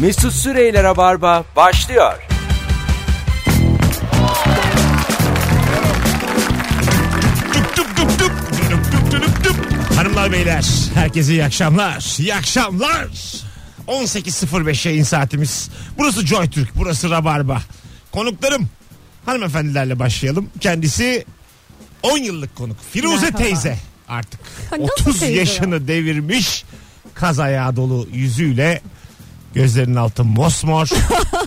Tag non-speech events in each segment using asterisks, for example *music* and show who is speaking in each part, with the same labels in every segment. Speaker 1: Mesut Süreyler'e barba başlıyor.
Speaker 2: Dup dup dup dup. Dup dup dup dup dup. Hanımlar beyler herkese iyi akşamlar. İyi akşamlar. 18.05 yayın saatimiz. Burası JoyTürk, burası Rabarba. Konuklarım hanımefendilerle başlayalım. Kendisi 10 yıllık konuk. Firuze
Speaker 3: Merhaba.
Speaker 2: teyze artık.
Speaker 3: Ha, nasıl
Speaker 2: 30
Speaker 3: teyze ya?
Speaker 2: yaşını devirmiş. Kaz ayağı dolu yüzüyle Gözlerinin altı
Speaker 3: *laughs*
Speaker 2: mosmor.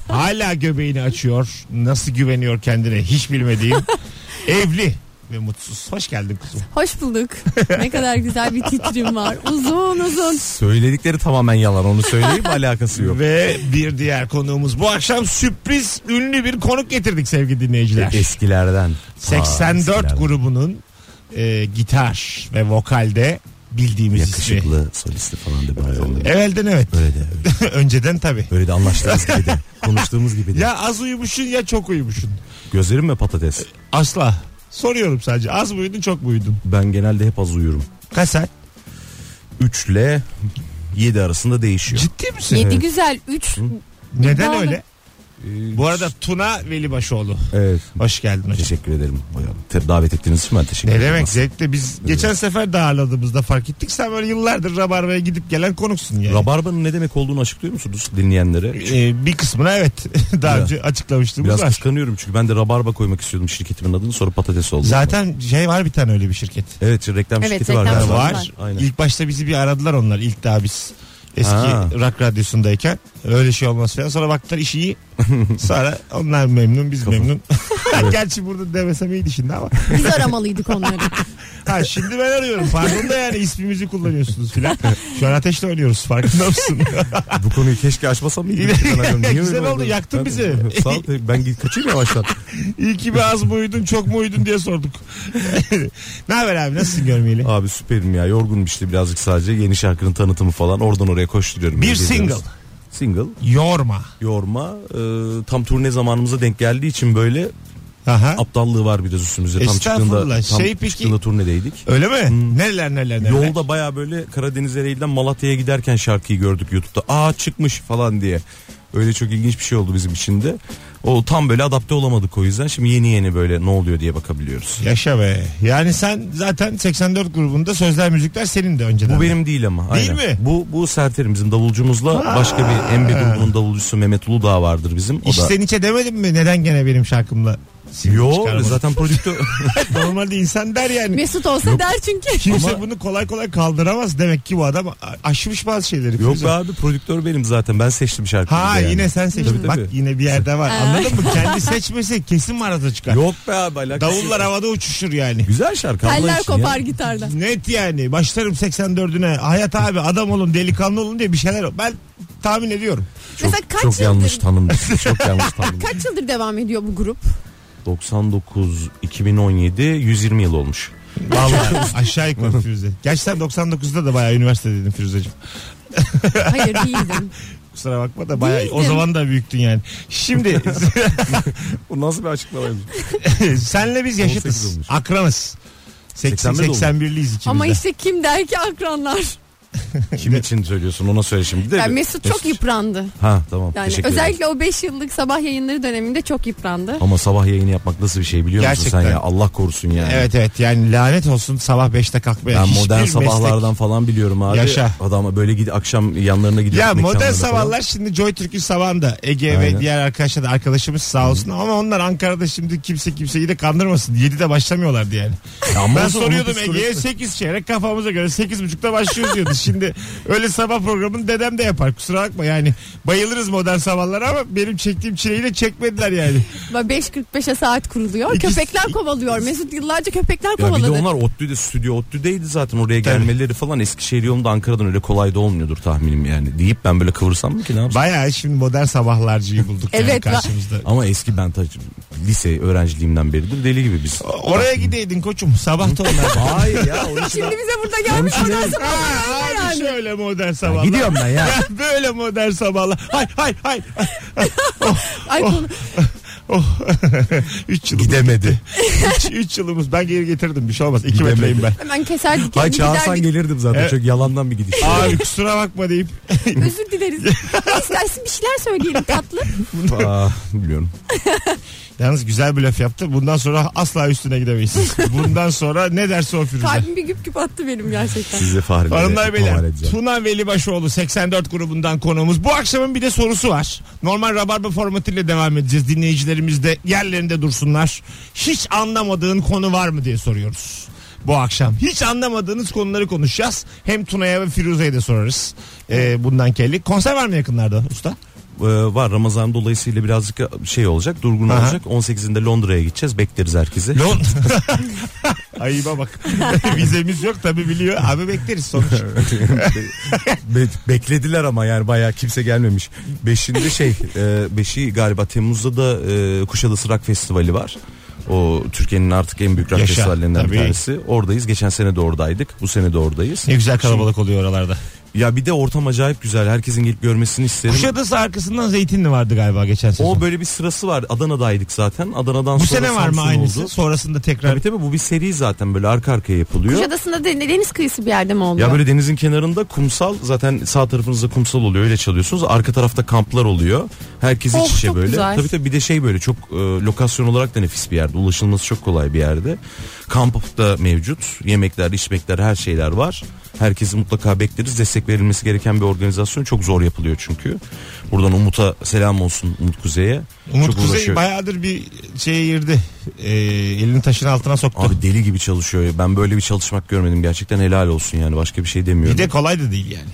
Speaker 2: Hala göbeğini açıyor. Nasıl güveniyor kendine hiç bilmediğim.
Speaker 3: *laughs*
Speaker 2: Evli ve mutsuz. Hoş geldin kuzum.
Speaker 3: Hoş bulduk. Ne kadar güzel bir titrim var. Uzun uzun.
Speaker 4: Söyledikleri tamamen yalan onu
Speaker 2: *laughs*
Speaker 4: söyleyip alakası yok.
Speaker 2: Ve bir diğer konuğumuz. Bu akşam sürpriz ünlü bir konuk getirdik sevgili dinleyiciler.
Speaker 4: Eskilerden. Ta
Speaker 2: 84
Speaker 4: eskilerden.
Speaker 2: grubunun e, gitar ve vokalde bildiğimiz ismi.
Speaker 4: Yakışıklı solisti falan da bari onu.
Speaker 2: Evvelden evet.
Speaker 4: Böyle de öyle,
Speaker 2: *laughs* Önceden tabii.
Speaker 4: böyle de anlaştığımız
Speaker 2: *laughs*
Speaker 4: gibi de konuştuğumuz gibi de.
Speaker 2: Ya az uyumuşsun ya çok uyumuşsun.
Speaker 4: Gözlerim ve patates.
Speaker 2: Asla. Soruyorum sadece. Az mı uyudun çok mu uyudun?
Speaker 4: Ben genelde hep az uyuyorum.
Speaker 2: Kaç saat?
Speaker 4: 3 ile 7 arasında değişiyor.
Speaker 2: Ciddi misin?
Speaker 3: Yedi güzel. Üç.
Speaker 2: Neden
Speaker 3: Dağılın.
Speaker 2: öyle? Bu arada Tuna Velibaşoğlu.
Speaker 4: Evet.
Speaker 2: Hoş geldin hocam.
Speaker 4: Teşekkür ederim. Bayağı Te- davet ettiğiniz için ben teşekkür
Speaker 2: Ne
Speaker 4: ederim.
Speaker 2: demek
Speaker 4: Aslında.
Speaker 2: zevkle biz geçen sefer de ağırladığımızda fark ettik. Sen böyle yıllardır Rabarba'ya gidip gelen konuksun yani.
Speaker 4: Rabarbanın ne demek olduğunu açıklıyor musunuz dinleyenlere?
Speaker 2: Ee, bir kısmına evet *laughs* daha
Speaker 4: Biraz-
Speaker 2: önce açıklamıştığımız
Speaker 4: Biraz
Speaker 2: var.
Speaker 4: kıskanıyorum çünkü ben de rabarba koymak istiyordum şirketimin adını sonra patates oldu.
Speaker 2: Zaten şey var bir tane öyle bir şirket.
Speaker 4: Evet reklam
Speaker 3: Evet,
Speaker 4: şirketi
Speaker 3: reklam
Speaker 4: var.
Speaker 2: Ha,
Speaker 4: galiba.
Speaker 3: var.
Speaker 2: var.
Speaker 4: Aynen.
Speaker 2: İlk başta bizi bir aradılar onlar ilk daha biz eski
Speaker 4: Ha.
Speaker 2: rock radyosundayken öyle şey olmaz falan. Sonra baktılar iş
Speaker 4: *laughs*
Speaker 2: iyi. Sonra onlar memnun biz memnun. *laughs* Gerçi burada demesem iyiydi şimdi ama.
Speaker 3: Biz aramalıydık onları.
Speaker 2: Ha şimdi ben arıyorum. Farkında yani ismimizi kullanıyorsunuz
Speaker 4: *laughs*
Speaker 2: filan. Şu an ateşle oynuyoruz farkında mısın?
Speaker 4: Bu konuyu keşke
Speaker 2: *laughs*
Speaker 4: açmasam mıydı?
Speaker 2: Güzel oldu, yaktın bizi.
Speaker 4: Sağ ol, ben git- kaçayım yavaştan.
Speaker 2: *laughs* İyi ki bir az mı uyudun çok mu uyudun diye sorduk. *laughs* ne haber abi nasılsın görmeyeli?
Speaker 4: Abi süperim ya yorgunum işte birazcık sadece yeni şarkının tanıtımı falan oradan oraya koşturuyorum.
Speaker 2: Bir
Speaker 4: Yani
Speaker 2: single.
Speaker 4: geziyoruz. Single.
Speaker 2: Yorma.
Speaker 4: Yorma. Ee, tam turne zamanımıza denk geldiği için böyle
Speaker 2: Aha.
Speaker 4: aptallığı var biraz üstümüzde. Tam çıktığında,
Speaker 2: Estağfurullah.
Speaker 4: tam
Speaker 2: Şey peki-
Speaker 4: çıktığında turnedeydik.
Speaker 2: Öyle mi? Neler neler neler.
Speaker 4: Hmm. Yolda baya böyle Karadeniz Ereğli'den Malatya'ya giderken şarkıyı gördük YouTube'da. Aa çıkmış falan diye. Öyle çok ilginç bir şey oldu bizim için de. O tam böyle adapte olamadık o yüzden. Şimdi yeni yeni böyle ne oluyor diye bakabiliyoruz.
Speaker 2: Yaşa be. Yani sen zaten 84 grubunda sözler müzikler senin de önceden.
Speaker 4: Bu benim değil ama.
Speaker 2: Değil
Speaker 4: aynen.
Speaker 2: mi?
Speaker 4: Bu bu Serter'in bizim davulcumuzla başka bir MB grubunun davulcusu Mehmet Uludağ vardır bizim. O da
Speaker 2: İşten içe demedim mi? Neden gene benim şarkımla? single
Speaker 4: Yo
Speaker 2: çıkarmadın?
Speaker 4: zaten prodüktör
Speaker 2: *laughs* Normalde insan der yani.
Speaker 3: Mesut olsa der çünkü. *laughs*
Speaker 2: Kimse bunu kolay kolay kaldıramaz. Demek ki bu adam a- aşmış bazı şeyleri.
Speaker 4: Yok
Speaker 2: Firuze.
Speaker 4: be abi prodüktör benim zaten. Ben seçtim şarkıyı.
Speaker 2: Ha
Speaker 4: bir de yani.
Speaker 2: yine sen seçtin.
Speaker 4: Tabii,
Speaker 2: Bak
Speaker 4: tabii.
Speaker 2: yine bir yerde var. Anladın mı? Kendi seçmese kesin maraza çıkar.
Speaker 4: Yok be abi alakası
Speaker 2: Davullar
Speaker 4: yok.
Speaker 2: havada uçuşur yani.
Speaker 4: Güzel şarkı. Allah
Speaker 3: Teller
Speaker 4: için
Speaker 3: kopar
Speaker 4: ya.
Speaker 3: gitardan.
Speaker 2: Net yani. Başlarım 84'üne. Hayat abi adam olun delikanlı olun diye bir şeyler. Ben tahmin ediyorum.
Speaker 3: Mesela kaç
Speaker 4: Çok
Speaker 3: yıldır
Speaker 4: yanlış tanım. Çok yanlış
Speaker 2: *laughs*
Speaker 4: tanım.
Speaker 3: kaç yıldır devam ediyor bu grup?
Speaker 4: 99, 2017, 120 yıl olmuş.
Speaker 2: Vallahi aşağı yukarı Firuze. Gerçi sen 99'da da bayağı üniversitedeydin Firuze'cim.
Speaker 3: Hayır
Speaker 4: *laughs*
Speaker 3: değildim.
Speaker 2: Kusura bakma da bayağı o
Speaker 3: Değildim.
Speaker 2: zaman da büyüktün yani. Şimdi
Speaker 4: Bu nasıl bir açıklamaymış?
Speaker 2: senle biz
Speaker 4: 18
Speaker 2: yaşıtız.
Speaker 4: olmuş.
Speaker 2: Akranız. 80,
Speaker 4: 81 olmuş.
Speaker 2: 81'liyiz ikimiz
Speaker 3: Ama
Speaker 2: de.
Speaker 3: işte kim der ki akranlar?
Speaker 4: *laughs* Kim için söylüyorsun ona söyle şimdi de.
Speaker 3: Yani
Speaker 4: bir-
Speaker 3: Mesut çok yıprandı.
Speaker 4: Ha tamam
Speaker 3: Yani
Speaker 4: teşekkür ederim.
Speaker 3: özellikle o 5 yıllık sabah yayınları döneminde çok yıprandı.
Speaker 4: Ama sabah yayını yapmak nasıl bir şey biliyor musun
Speaker 2: Gerçekten.
Speaker 4: sen ya? Allah korusun yani.
Speaker 2: Evet evet yani lanet olsun sabah 5'te kalkmaya.
Speaker 4: Ben
Speaker 2: Hiçbir
Speaker 4: modern
Speaker 2: meslek-
Speaker 4: sabahlardan falan biliyorum abi.
Speaker 2: Yaşa.
Speaker 4: Adam böyle gidi akşam yanlarına gidiyor.
Speaker 2: Ya modern
Speaker 4: mekanlarına
Speaker 2: sabahlar
Speaker 4: falan.
Speaker 2: şimdi Joy Türk'ün sabahında Ege ve
Speaker 4: Aynen.
Speaker 2: diğer arkadaşlar da arkadaşımız sağ olsun ama onlar Ankara'da şimdi kimse kimseyi de kandırmasın. 7'de başlamıyorlardı yani.
Speaker 4: Ya ama
Speaker 2: Ben
Speaker 4: o zaman
Speaker 2: soruyordum
Speaker 4: onun
Speaker 2: Ege'ye 8 çeyrek kafamıza göre 8.30'da başlıyoruz diyordu. Şimdi öyle sabah programını dedem de yapar kusura bakma yani bayılırız modern sabahlara ama benim çektiğim çileyi de çekmediler yani.
Speaker 3: 5.45'e saat kuruluyor.
Speaker 2: İkisi-
Speaker 3: Köpekler kovalıyor. Mesut yıllarca köpekler
Speaker 4: Ya bir de
Speaker 3: kovaladı.
Speaker 4: onlar ODTÜ'de stüdyo ODTÜ'deydi zaten oraya gelmeleri falan Eskişehir yolunda Ankara'dan öyle kolay da olmuyordur tahminim yani deyip ben böyle kıvırsam mı ki ne yapsam?
Speaker 2: Bayağı şimdi modern sabahlarcıyı bulduk yani
Speaker 3: Evet,
Speaker 2: karşımızda.
Speaker 4: Ama eski ben ta, lise öğrenciliğimden beridir deli gibi biz.
Speaker 2: Oraya gideydin koçum sabah da onlar.
Speaker 4: *laughs* Hayır ya onun için
Speaker 3: Şimdi bize burada gelmiş modern sabahlar
Speaker 2: Ha,
Speaker 3: öyle
Speaker 2: abi
Speaker 3: yani.
Speaker 2: şöyle modern sabahlar.
Speaker 4: gidiyorum
Speaker 2: *laughs*
Speaker 4: ben ya.
Speaker 2: Ya böyle modern sabahlar. Hay hay hay.
Speaker 3: Ay, konu-
Speaker 2: Oh. *laughs* 3 yılımız.
Speaker 4: Gidemedi.
Speaker 2: 3 yılımız. Ben geri getirdim. Bir şey olmaz. 2
Speaker 4: Gidemedi.
Speaker 2: metreyim ben.
Speaker 3: Hemen keser dikenini
Speaker 4: Hay
Speaker 3: gider
Speaker 4: çağırsan
Speaker 3: bir-
Speaker 4: gelirdim zaten.
Speaker 2: Evet.
Speaker 4: Çok yalandan bir gidiş. *laughs*
Speaker 2: Abi kusura bakma deyip.
Speaker 3: Özür dileriz. Ne İstersin bir şeyler söyleyelim tatlı.
Speaker 4: Aa, biliyorum.
Speaker 2: Yalnız güzel bir laf yaptı. Bundan sonra asla üstüne gidemeyiz. Bundan sonra ne derse o Firuze.
Speaker 3: Kalbim bir güp güp attı benim gerçekten.
Speaker 4: Size fareleri
Speaker 2: Hanımlar beyler
Speaker 4: ihmal edeceğim.
Speaker 2: Tuna Velibaşoğlu 84 grubundan konuğumuz. Bu akşamın bir de sorusu var. Normal rabarba formatıyla devam edeceğiz. Dinleyicilerimiz de yerlerinde dursunlar. Hiç anlamadığın konu var mı diye soruyoruz bu akşam. Hiç anlamadığınız konuları konuşacağız. Hem Tuna'ya ve Firuze'ye de sorarız. Ee, bundan kelli. Konser var mı yakınlarda usta?
Speaker 4: Ee, var Ramazan dolayısıyla birazcık şey olacak durgun
Speaker 2: Aha.
Speaker 4: olacak 18'inde Londra'ya gideceğiz bekleriz herkesi.
Speaker 2: Lon Ayıba bak. *laughs* Vizemiz yok tabi biliyor. Abi bekleriz sonuç.
Speaker 4: Be- beklediler ama yani bayağı kimse gelmemiş. Beşinde şey
Speaker 2: *laughs*
Speaker 4: e, beşi galiba Temmuz'da da e, Kuşadası Rock Festivali var. O Türkiye'nin artık en büyük rock
Speaker 2: Yaşa,
Speaker 4: festivallerinden
Speaker 2: tabii.
Speaker 4: bir tanesi. Oradayız. Geçen sene de oradaydık. Bu sene de oradayız.
Speaker 2: Ne güzel kalabalık oluyor oralarda.
Speaker 4: Ya bir de ortam acayip güzel. Herkesin gelip görmesini isterim.
Speaker 2: Kuşadası arkasından Zeytinli vardı galiba geçen sezon.
Speaker 4: O böyle bir sırası var. Adana'daydık zaten. Adana'dan
Speaker 2: Bu
Speaker 4: sonra
Speaker 2: sene var mı
Speaker 4: Samsun
Speaker 2: aynısı?
Speaker 4: oldu.
Speaker 2: Sonrasında tekrar.
Speaker 4: Tabii tabii bu bir seri zaten böyle arka arkaya yapılıyor.
Speaker 3: Kuşadası'nda de- deniz kıyısı bir yerde mi oluyor?
Speaker 4: Ya böyle denizin kenarında kumsal zaten sağ tarafınızda kumsal oluyor öyle çalıyorsunuz. Arka tarafta kamplar oluyor. Herkes
Speaker 3: Oh,
Speaker 4: iç içe
Speaker 3: çok
Speaker 4: böyle.
Speaker 3: güzel.
Speaker 4: Tabii tabii bir de şey böyle çok e, lokasyon olarak da nefis bir yerde. Ulaşılması çok kolay bir yerde. Kamp da mevcut. Yemekler, içmekler her şeyler var. Herkesi mutlaka bekleriz. Destek verilmesi gereken bir organizasyon. Çok zor yapılıyor çünkü. Buradan Umut'a selam olsun Umut Kuzey'e.
Speaker 2: Umut
Speaker 4: çok
Speaker 2: Kuzey
Speaker 4: uğraşıyor.
Speaker 2: bayağıdır bir şeye girdi. Ee, elini taşın altına soktu.
Speaker 4: Abi deli gibi çalışıyor. ya. Ben böyle bir çalışmak görmedim. Gerçekten helal olsun yani. Başka bir şey demiyorum.
Speaker 2: bir de kolay da değil yani.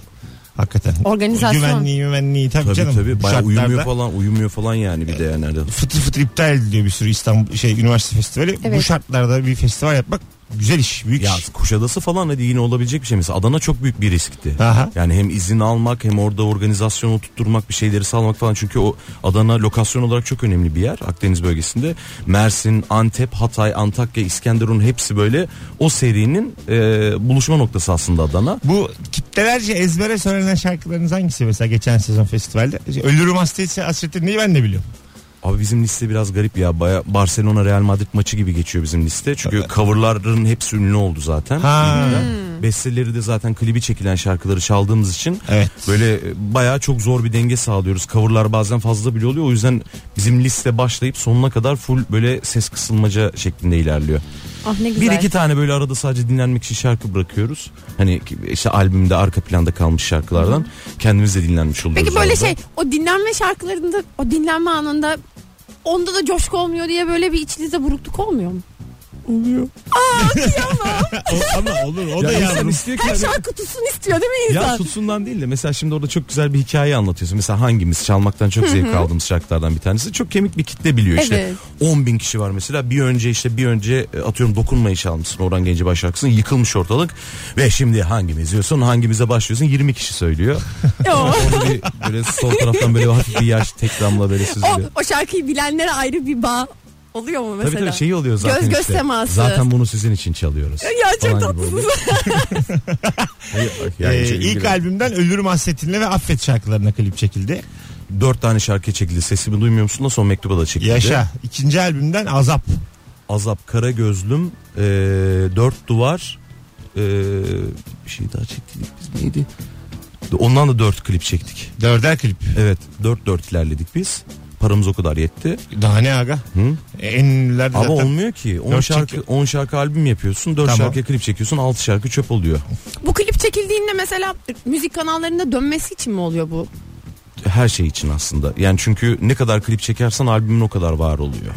Speaker 2: Hakikaten.
Speaker 3: Organizasyon.
Speaker 2: Güvenliği güvenliği tabii,
Speaker 4: Tabii
Speaker 2: canım.
Speaker 4: tabii
Speaker 2: Bu
Speaker 4: bayağı
Speaker 2: şartlarda
Speaker 4: uyumuyor falan uyumuyor falan yani bir de yani arada.
Speaker 2: Fıtır fıtır iptal ediliyor bir sürü İstanbul şey üniversite festivali. Bu
Speaker 3: Evet.
Speaker 2: şartlarda bir festival yapmak güzel iş. Büyük
Speaker 4: Ya
Speaker 2: iş.
Speaker 4: Kuşadası falan hadi yine olabilecek bir şey. Mesela Adana çok büyük bir riskti.
Speaker 2: Aha.
Speaker 4: Yani hem izin almak hem orada organizasyonu tutturmak bir şeyleri sağlamak falan. Çünkü o Adana lokasyon olarak çok önemli bir yer Akdeniz bölgesinde. Mersin, Antep, Hatay, Antakya, İskenderun hepsi böyle o serinin e, buluşma noktası aslında Adana.
Speaker 2: Bu kitlelerce ezbere söylenen şarkılarınız hangisi mesela geçen sezon festivalde? Şey, Ölürüm hastaysa hasretin neyi ben de biliyorum.
Speaker 4: Abi bizim liste biraz garip ya. Baya Barcelona Real Madrid maçı gibi geçiyor bizim liste. Çünkü coverların hepsi ünlü oldu zaten.
Speaker 2: Ha.
Speaker 4: Besteleri de zaten klibi çekilen şarkıları çaldığımız için
Speaker 2: Evet.
Speaker 4: böyle e, bayağı çok zor bir denge sağlıyoruz. Coverlar bazen fazla bile oluyor. O yüzden bizim liste başlayıp sonuna kadar full böyle ses kısılmaca şeklinde ilerliyor.
Speaker 3: Ah ne güzel.
Speaker 4: Bir iki tane böyle arada sadece dinlenmek için şarkı bırakıyoruz. Hani ki- işte albümde arka planda kalmış şarkılardan kendimiz de dinlenmiş oluyoruz.
Speaker 3: Peki böyle
Speaker 4: arada.
Speaker 3: şey o dinlenme şarkılarında o dinlenme anında onda da coşku olmuyor diye böyle bir içinizde burukluk olmuyor mu?
Speaker 4: oluyor.
Speaker 2: O- ama olur o da
Speaker 4: Ya insan
Speaker 2: yavrum.
Speaker 4: istiyor ki
Speaker 3: Her
Speaker 4: hani-
Speaker 3: şarkı tutsun istiyor değil mi insan?
Speaker 4: Ya tutsundan değil de mesela şimdi orada çok güzel bir hikaye anlatıyorsun. Mesela hangimiz çalmaktan çok zevk aldığımız şarkılardan bir tanesi. Çok kemik bir kitle biliyor işte.
Speaker 3: Evet.
Speaker 4: 10 bin kişi var mesela. Bir önce işte bir önce e, atıyorum dokunmayı çalmışsın Orhan Gencebay şarkısını. Yıkılmış ortalık. Ve şimdi hangimiz diyorsun hangimize başlıyorsun 20 kişi söylüyor.
Speaker 3: *laughs* Yo.
Speaker 4: Orada bir böyle sol taraftan böyle hafif bir yaş tek damla böyle
Speaker 3: o,
Speaker 4: süzülüyor.
Speaker 3: o şarkıyı bilenlere ayrı bir bağ oluyor mu mesela?
Speaker 4: Tabii tabii şey oluyor zaten
Speaker 3: Göz göz
Speaker 4: işte.
Speaker 3: teması.
Speaker 4: Zaten bunu sizin için çalıyoruz.
Speaker 3: Ya çok
Speaker 4: Falan gibi
Speaker 3: tatlısınız. *laughs*
Speaker 4: oluyor. yani
Speaker 2: Ee,
Speaker 4: şey-
Speaker 2: ilk albümden Ölürüm Hasretinle ve Affet şarkılarına klip çekildi.
Speaker 4: Dört tane şarkı çekildi. Sesimi duymuyor musun da son mektuba da çekildi.
Speaker 2: Yaşa. İkinci albümden Azap.
Speaker 4: Azap Kara Gözlüm, e, Dört Duvar, e, bir şey daha çektik biz neydi? Ondan da dört klip çektik.
Speaker 2: Dörder klip.
Speaker 4: Evet dört dört ilerledik biz. Paramız o kadar yetti.
Speaker 2: Daha ne aga?
Speaker 4: Hı?
Speaker 2: E, En ünlüler de
Speaker 4: Ama
Speaker 2: zaten.
Speaker 4: olmuyor ki. 10
Speaker 2: Dört
Speaker 4: şarkı
Speaker 2: çek-
Speaker 4: 10 şarkı albüm yapıyorsun. 4
Speaker 2: Tamam.
Speaker 4: şarkı klip çekiyorsun. 6 şarkı çöp oluyor.
Speaker 3: Bu klip çekildiğinde mesela müzik kanallarında dönmesi için mi oluyor bu?
Speaker 4: Her şey için aslında. Yani çünkü ne kadar klip çekersen albümün o kadar var oluyor.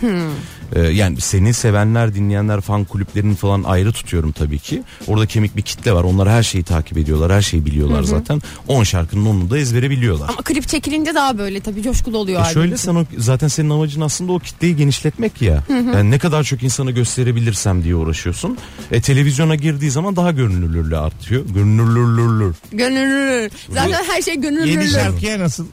Speaker 4: Ee, yani seni sevenler, dinleyenler, fan kulüplerini falan ayrı tutuyorum tabii ki. Orada kemik bir kitle var. Onlar her şeyi takip ediyorlar, her şeyi biliyorlar zaten. 10 şarkının onu da ezbere biliyorlar.
Speaker 3: Ama klip çekilince daha böyle tabii coşkulu oluyor.
Speaker 4: E
Speaker 3: albüm
Speaker 4: şöyle
Speaker 3: için.
Speaker 4: sen o, zaten senin amacın aslında o kitleyi genişletmek ya. Yani ne kadar çok insana gösterebilirsem diye uğraşıyorsun. E, televizyona girdiği zaman daha görünürlüğü artıyor. Görünürlüğü.
Speaker 3: Gönüllü. Zaten her şey gönüllü.
Speaker 2: Yeni şarkıya nasıl?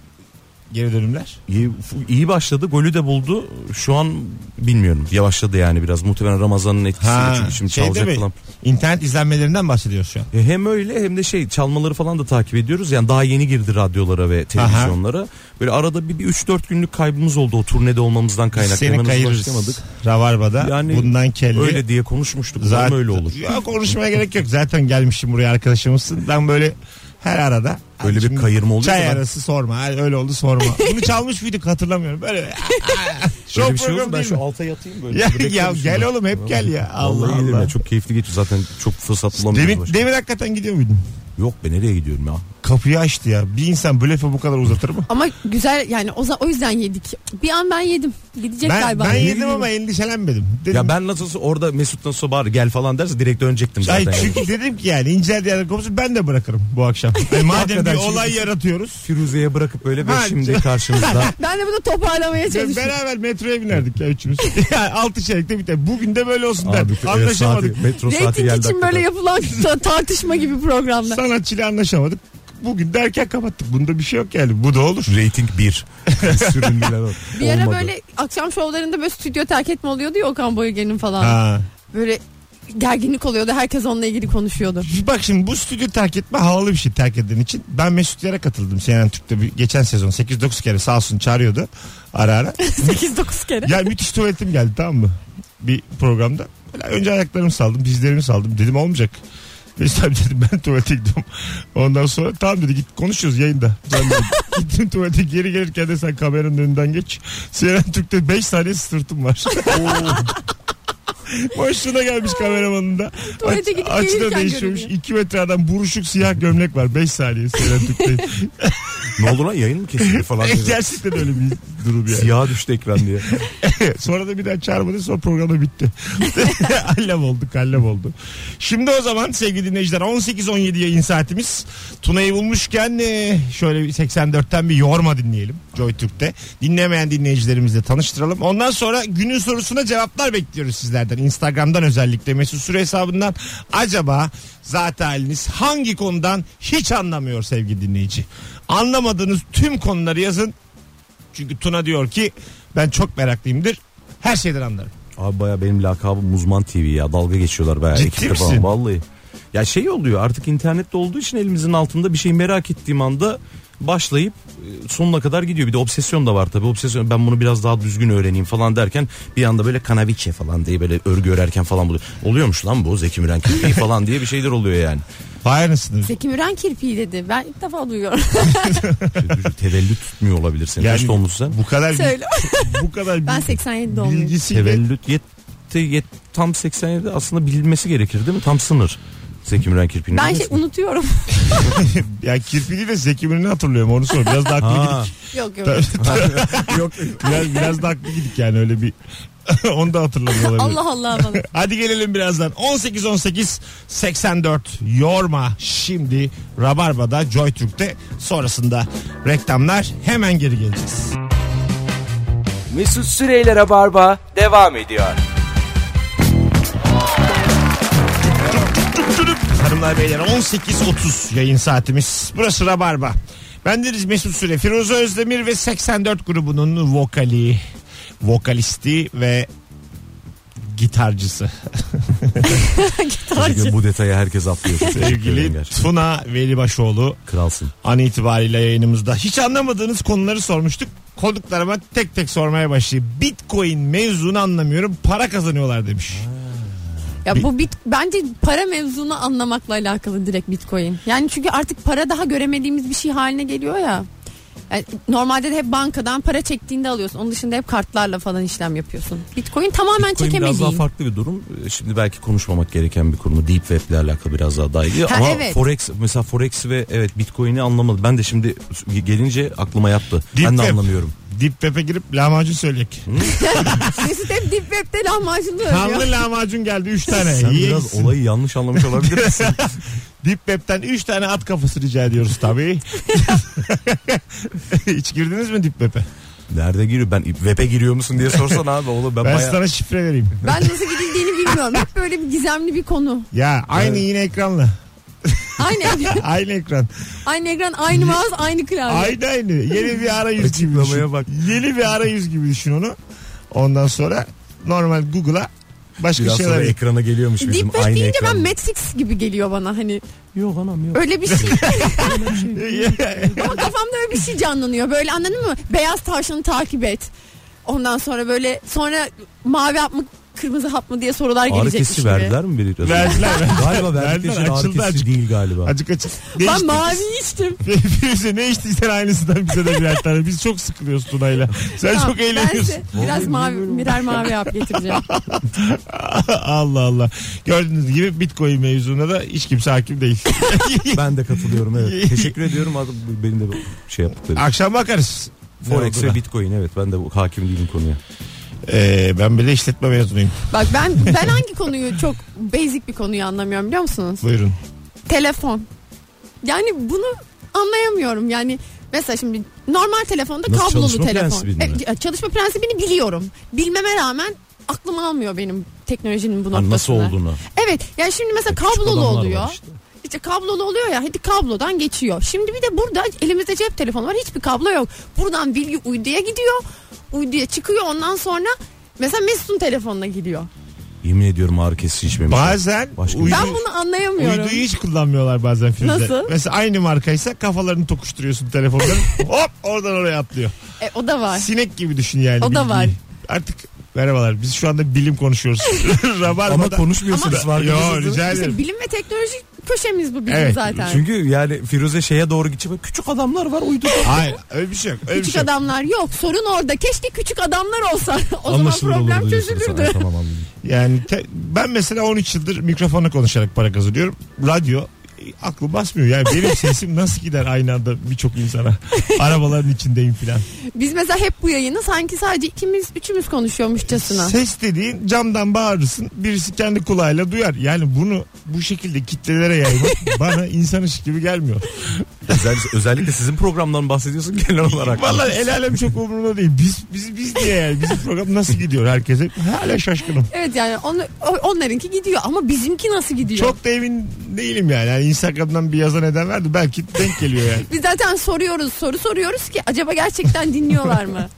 Speaker 2: geri dönümler?
Speaker 4: İyi, iyi başladı. Golü de buldu. Şu an bilmiyorum. Yavaşladı yani biraz. Muhtemelen Ramazan'ın etkisiyle çünkü şimdi
Speaker 2: şeyde
Speaker 4: çalacak
Speaker 2: şey mi?
Speaker 4: falan.
Speaker 2: İnternet izlenmelerinden bahsediyoruz şu an.
Speaker 4: E, Hem öyle hem de şey çalmaları falan da takip ediyoruz. Yani daha yeni girdi radyolara ve televizyonlara. Böyle arada bir, bir 3-4 günlük kaybımız oldu o turnede olmamızdan kaynaklı.
Speaker 2: Seni
Speaker 4: Hemen
Speaker 2: kayırırız.
Speaker 4: ulaşamadık.
Speaker 2: Ravarba'da
Speaker 4: Yani
Speaker 2: bundan kelli.
Speaker 4: Öyle diye konuşmuştuk. Zaten
Speaker 2: Zaten
Speaker 4: öyle olur.
Speaker 2: Ya konuşmaya gerek yok. Zaten gelmişim buraya arkadaşımızsın. Ben böyle her arada.
Speaker 4: Böyle bir
Speaker 2: Şimdi
Speaker 4: kayırma oluyor
Speaker 2: Çay
Speaker 4: da ben-
Speaker 2: arası sorma. Ha, Öyle oldu sorma.
Speaker 4: *laughs*
Speaker 2: Bunu çalmış muydık hatırlamıyorum. Böyle. Şov
Speaker 4: Öyle bir şey olur mu?
Speaker 2: programı
Speaker 4: Ben
Speaker 2: değil
Speaker 4: şu
Speaker 2: mi?
Speaker 4: alta yatayım
Speaker 2: *laughs*
Speaker 4: böyle.
Speaker 2: Ya-
Speaker 4: Bir bekliyorum
Speaker 2: ya gel
Speaker 4: şurada.
Speaker 2: oğlum, hep gel ya. Allah
Speaker 4: Vallahi yedim
Speaker 2: Allah.
Speaker 4: ya. Çok keyifli geçiyor zaten. Çok fırsat bulamıyorum.
Speaker 2: Demin,
Speaker 4: başka.
Speaker 2: demin hakikaten gidiyor muydun?
Speaker 4: Yok be nereye gidiyorum ya?
Speaker 2: Kapıyı açtı ya. Bir insan blöfe bu kadar uzatır mı?
Speaker 3: Ama güzel yani o, za- o yüzden yedik. Bir an ben yedim. Gidecek
Speaker 2: Ben,
Speaker 3: galiba.
Speaker 2: ben yedim ama endişelenmedim. Dedim,
Speaker 4: Ya ben nasılsa orada Mesut nasıl bağır gel falan derse direkt dönecektim
Speaker 2: Ay
Speaker 4: zaten. yani.
Speaker 2: çünkü dedim ki yani incel diğer konusu ben de bırakırım bu
Speaker 4: *laughs*
Speaker 2: akşam. Ay madem bir
Speaker 4: Hakikaten çünkü-
Speaker 2: olay yaratıyoruz.
Speaker 4: Firuze'ye bırakıp böyle ve
Speaker 2: Ha, *laughs*
Speaker 4: şimdi karşımızda.
Speaker 3: Ben de bunu toparlamaya çalıştım.
Speaker 2: Beraber metroya binerdik ya üçümüz. *laughs* yani altı çeyrekte biter. Bugün de böyle olsun
Speaker 4: Abi, evet,
Speaker 2: derdik. Anlaşamadık.
Speaker 4: saati- metro saati
Speaker 3: Rating
Speaker 4: geldi.
Speaker 3: için
Speaker 4: hakikaten.
Speaker 3: böyle yapılan *laughs* ta- tartışma gibi programlar.
Speaker 2: Sanatçıyla anlaşamadık. Bugün derken kapattık. Bunda bir şey yok yani. Bu da olur.
Speaker 4: Rating
Speaker 2: *laughs*
Speaker 4: 1. Sürünmeler olmadı.
Speaker 3: Bir ara böyle akşam şovlarında böyle stüdyo terk etme oluyordu ya Okan Bayülgen'in falan.
Speaker 2: Ha.
Speaker 3: Böyle gerginlik oluyordu. Herkes onunla ilgili konuşuyordu.
Speaker 2: Bak şimdi bu stüdyo terk etme havalı bir şey terk eden için. Ben Mesut Yer'e katıldım. CNN Türk'te bir, geçen sezon 8-9 kere sağ olsun çağırıyordu ara ara.
Speaker 3: 8-9 *laughs* kere.
Speaker 2: Ya müthiş tuvaletim geldi tamam mı? Bir programda. Böyle önce ayaklarımı saldım, dizlerimi saldım. Dedim olmayacak. Mesut abi dedim ben tuvalete gidiyorum. *laughs* Ondan sonra tamam dedi git konuşuyoruz yayında. Ben
Speaker 3: *laughs*
Speaker 2: de gittim tuvalete geri gelirken de sen kameranın önünden geç. CNN Türk'te 5 saniye sırtım var. *laughs* Boşluğuna gelmiş kameramanın da.
Speaker 3: Tuvalete gidip
Speaker 2: açı da
Speaker 3: gelirken
Speaker 2: değişiyormuş.
Speaker 3: görünüyor.
Speaker 2: 2 metre adam buruşuk siyah gömlek var. 5 saniye CNN
Speaker 3: *laughs*
Speaker 2: Türk'te.
Speaker 4: Ne oldu lan yayın mı
Speaker 2: *laughs*
Speaker 4: kesildi falan. diye.
Speaker 2: Gerçekten öyle bir durum yani.
Speaker 4: Siyah düştü ekran diye.
Speaker 2: *laughs* sonra da bir daha çağırmadı sonra programda bitti. *laughs* allem oldu kallem oldu. Şimdi o zaman sevgili dinleyiciler 18-17 yayın saatimiz. Tuna'yı bulmuşken e, şöyle bir 84'ten bir yorma dinleyelim Joy Türk'te. Dinlemeyen dinleyicilerimizle tanıştıralım. Ondan sonra günün sorusuna cevaplar bekliyoruz sizlerden. Instagram'dan özellikle Mesut Süre hesabından. Acaba zaten haliniz hangi konudan hiç anlamıyor sevgili dinleyici? Anlamadığınız tüm konuları yazın. Çünkü Tuna diyor ki ben çok meraklıyımdır. Her şeyden anlarım.
Speaker 4: Abi baya benim lakabım Uzman TV ya. Dalga geçiyorlar baya.
Speaker 2: Ciddi
Speaker 4: ekipte
Speaker 2: misin?
Speaker 4: Falan. Vallahi. Ya şey oluyor artık internette olduğu için elimizin altında bir şey merak ettiğim anda başlayıp e, sonuna kadar gidiyor. Bir de obsesyon da var tabii. Obsesyon ben bunu biraz daha düzgün öğreneyim falan derken bir anda böyle kanaviçe falan diye böyle örgü örerken falan buluyor. Oluyormuş lan bu Zeki
Speaker 2: *laughs*
Speaker 4: Müren köpeği falan diye bir şeyler oluyor yani.
Speaker 2: Hayır nasılsınız?
Speaker 3: Zeki Müren kirpiği dedi. Ben ilk defa duyuyorum.
Speaker 4: Şey, Tevellüt tutmuyor olabilirsin. Kaç doğumlusun sen?
Speaker 2: bu kadar
Speaker 3: Söyle.
Speaker 2: *laughs* bu kadar
Speaker 3: Ben
Speaker 2: bil-
Speaker 3: 87 doğumluyum.
Speaker 2: bilgisi
Speaker 4: Tevellüt yetti yet, tam 87 aslında bilinmesi gerekir değil mi? Tam sınır. Zeki Müren Kirpi'nin.
Speaker 3: Ben şey unutuyorum. *laughs*
Speaker 2: ya kirpili de Zeki Müren'i hatırlıyorum onu sor. Biraz da aklı
Speaker 4: Ha.
Speaker 2: gidik.
Speaker 3: yok yok.
Speaker 2: Yok biraz, biraz da aklı gidik yani öyle bir *laughs* onu da hatırlamıyor olabilir.
Speaker 3: *laughs* Allah Allah
Speaker 4: *laughs*
Speaker 3: bana.
Speaker 2: Hadi gelelim birazdan. 18 18 84 yorma şimdi Rabarba'da Joy Türk'te sonrasında reklamlar hemen geri geleceğiz.
Speaker 1: Mesut Süreyler'e barba devam ediyor.
Speaker 2: Hanımlar beyler 18.30 yayın saatimiz. Burası Rabarba. Bendeniz Mesut Süre, Firuze Özdemir ve 84 grubunun vokali, vokalisti ve gitarcısı.
Speaker 4: Bugün bu detaya herkes atlıyor. Teşekkür ederim
Speaker 2: Sevgili
Speaker 4: gerçekten.
Speaker 2: Tuna Velibaşoğlu
Speaker 4: Kralsın.
Speaker 2: an itibariyle yayınımızda. Hiç anlamadığınız konuları sormuştuk. Konuklarıma tek tek sormaya başlayayım. Bitcoin mevzunu anlamıyorum. Para kazanıyorlar demiş.
Speaker 3: Ya bu bit bence para mevzunu anlamakla alakalı direkt Bitcoin. Yani çünkü artık para daha göremediğimiz bir şey haline geliyor ya. Yani normalde de hep bankadan para çektiğinde alıyorsun. Onun dışında hep kartlarla falan işlem yapıyorsun. Bitcoin tamamen
Speaker 4: Bitcoin biraz daha
Speaker 3: çekemediğin.
Speaker 4: farklı bir durum. Ee, Şimdi belki konuşmamak gereken bir konu. Deep Web ile alakalı biraz daha daha ilgili.
Speaker 3: Ha,
Speaker 4: Ama
Speaker 3: evet.
Speaker 4: Forex mesela Forex ve evet Bitcoin'i anlamadım. Ben de şimdi gelince aklıma yattı.
Speaker 2: Deep
Speaker 4: ben de
Speaker 2: Web.
Speaker 4: anlamıyorum.
Speaker 2: Dip pepe girip lahmacun söyleyek.
Speaker 3: *laughs* Mesut hep deep web'de lahmacunlu övüyor.
Speaker 2: Kanlı lahmacun geldi
Speaker 4: *laughs*
Speaker 2: 3 tane.
Speaker 4: Sen
Speaker 2: Yiye
Speaker 4: biraz
Speaker 2: gitsin.
Speaker 4: olayı yanlış anlamış olabilir *laughs* misin?
Speaker 2: Deep Web'ten 3 tane at kafası rica ediyoruz
Speaker 4: *laughs*
Speaker 2: tabii. Hiç girdiniz mi Deep Web'e?
Speaker 4: Nerede giriyor? Ben web'e giriyor musun diye sorsan abi oğlum ben,
Speaker 2: Ben
Speaker 4: bayağı...
Speaker 2: sana şifre vereyim.
Speaker 3: Ben nasıl gidildiğini bilmiyorum. Hep böyle bir gizemli bir konu.
Speaker 2: Ya aynı yine ekranla.
Speaker 3: Aynı ekran.
Speaker 2: Aynı ekran.
Speaker 3: Aynı ekran, aynı mouse, aynı klavye.
Speaker 2: Aynı aynı. Yeni bir arayüz gibi
Speaker 4: Açıklamaya
Speaker 2: düşün.
Speaker 4: bak.
Speaker 2: Yeni bir arayüz gibi düşün onu. Ondan sonra normal Google'a başka
Speaker 4: Biraz
Speaker 2: *laughs*
Speaker 4: sonra
Speaker 2: şeyler
Speaker 4: ekrana geliyormuş
Speaker 3: E,
Speaker 4: bizim
Speaker 3: Deep Web
Speaker 4: aynı
Speaker 3: deyince ben
Speaker 4: ekran.
Speaker 3: Matrix gibi geliyor bana hani.
Speaker 4: Yok anam yok.
Speaker 3: Öyle bir şey.
Speaker 4: *laughs*
Speaker 3: Ama kafamda öyle bir şey canlanıyor. Böyle anladın mı? Beyaz tavşanı takip et. Ondan sonra böyle sonra mavi hap mı kırmızı hap mı diye sorular
Speaker 4: Ağrı
Speaker 3: gelecekmiş
Speaker 4: kesici
Speaker 3: gibi.
Speaker 4: verdiler mi biri?
Speaker 2: Verdiler.
Speaker 4: galiba verdikleri
Speaker 2: Verdiler,
Speaker 4: şeyin ağrı
Speaker 2: açıldı,
Speaker 4: kesici
Speaker 2: açık-
Speaker 4: değil galiba.
Speaker 2: Acık açık. Ne
Speaker 3: Ben
Speaker 2: içtin?
Speaker 3: mavi içtim.
Speaker 2: Firuze ne içtiysen aynısından bize de birer tane. Biz çok sıkılıyoruz Tuna'yla. Sen
Speaker 3: Tamam,
Speaker 2: çok eğleniyorsun.
Speaker 3: ben size Biraz mavi, birer mavi hap getireceğim.
Speaker 2: *laughs* Allah Allah. Gördüğünüz gibi Bitcoin mevzuna da hiç kimse hakim değil.
Speaker 4: Ben de katılıyorum
Speaker 2: *laughs*
Speaker 4: evet. Teşekkür ediyorum adam benim de şey yaptıkları. için.
Speaker 2: Akşam bakarız.
Speaker 4: Forex
Speaker 2: Ne
Speaker 4: ve
Speaker 2: olduğuna.
Speaker 4: Bitcoin evet ben de bu- hakim değilim konuya.
Speaker 2: Ee, ben bile işletme mezunuyum.
Speaker 3: Bak ben ben hangi konuyu çok basic bir konuyu anlamıyorum biliyor musunuz?
Speaker 2: Buyurun.
Speaker 3: Telefon. Yani bunu anlayamıyorum. Yani mesela şimdi normal telefonda
Speaker 4: Nasıl,
Speaker 3: kablolu
Speaker 4: çalışma
Speaker 3: telefon.
Speaker 4: prensibini mi?
Speaker 3: E, çalışma prensibini biliyorum. Bilmeme rağmen aklım almıyor benim teknolojinin bu
Speaker 4: Hani
Speaker 3: noktasını.
Speaker 4: nasıl olduğunu.
Speaker 3: Evet. Yani şimdi mesela
Speaker 4: Küçük
Speaker 3: kablolu
Speaker 4: adamlar var
Speaker 3: oluyor.
Speaker 4: işte.
Speaker 3: İşte kablolu oluyor ya hadi kablodan geçiyor. Şimdi bir de burada elimizde cep telefonu var hiçbir kablo yok. Buradan bilgi uyduya gidiyor. Uyduya çıkıyor ondan sonra mesela Mesut'un telefonuna gidiyor.
Speaker 4: Yemin ediyorum ağrı kesici içmemiş.
Speaker 2: Bazen
Speaker 4: Başka şey.
Speaker 2: uydu-
Speaker 3: Ben bunu anlayamıyorum.
Speaker 2: Uyduyu hiç kullanmıyorlar bazen Firuze.
Speaker 3: Nasıl?
Speaker 2: Mesela aynı markaysa kafalarını tokuşturuyorsun telefonların.
Speaker 3: *laughs*
Speaker 2: Hop oradan oraya atlıyor.
Speaker 3: E, o da var.
Speaker 2: Sinek gibi düşün yani.
Speaker 3: O da var.
Speaker 2: Artık merhabalar biz şu anda bilim konuşuyoruz. *laughs*
Speaker 4: Ama
Speaker 2: Rabarba'da.
Speaker 4: konuşmuyorsunuz
Speaker 2: Ama-
Speaker 4: var.
Speaker 2: Yo rica
Speaker 3: İşte
Speaker 2: ederim.
Speaker 3: bilim ve teknoloji köşemiz bu bizim
Speaker 2: Evet,
Speaker 3: zaten.
Speaker 4: Çünkü yani Firuze şeye doğru gidecek. böyle Küçük adamlar var uydu.
Speaker 2: Hayır öyle bir şey yok. Öyle bir
Speaker 3: küçük
Speaker 2: şey yok.
Speaker 3: adamlar yok. Sorun orada. Keşke küçük adamlar olsa. *laughs* o zaman problem
Speaker 4: olurdu diyorsun
Speaker 3: çözülürdü.
Speaker 4: sen. Tamam anladım.
Speaker 2: Yani te- ben mesela 13 yıldır mikrofonla konuşarak para kazanıyorum. Radyo e, aklım basmıyor. Yani benim sesim nasıl gider aynı anda birçok insana. Arabaların içindeyim filan.
Speaker 3: *laughs* Biz mesela hep bu yayını sanki sadece ikimiz üçümüz konuşuyormuşçasına.
Speaker 2: Ses dediğin camdan bağırırsın. Birisi kendi kulağıyla duyar. Yani bunu bu şekilde kitlelere yaymak bana insan işi gibi gelmiyor.
Speaker 4: Özel- özellikle sizin programdan bahsediyorsun
Speaker 2: *laughs*
Speaker 4: genel olarak.
Speaker 2: Vallahi el alem çok umurumda değil. Biz biz biz diye yani. Bizim program nasıl gidiyor herkese? Hala şaşkınım.
Speaker 3: Evet yani onu, o- onlarınki gidiyor ama bizimki nasıl gidiyor?
Speaker 2: Çok da emin değilim yani. yani Instagram'dan bir yazan eden vardı. Belki denk geliyor yani.
Speaker 3: Biz zaten soruyoruz soru soruyoruz ki acaba gerçekten dinliyorlar mı?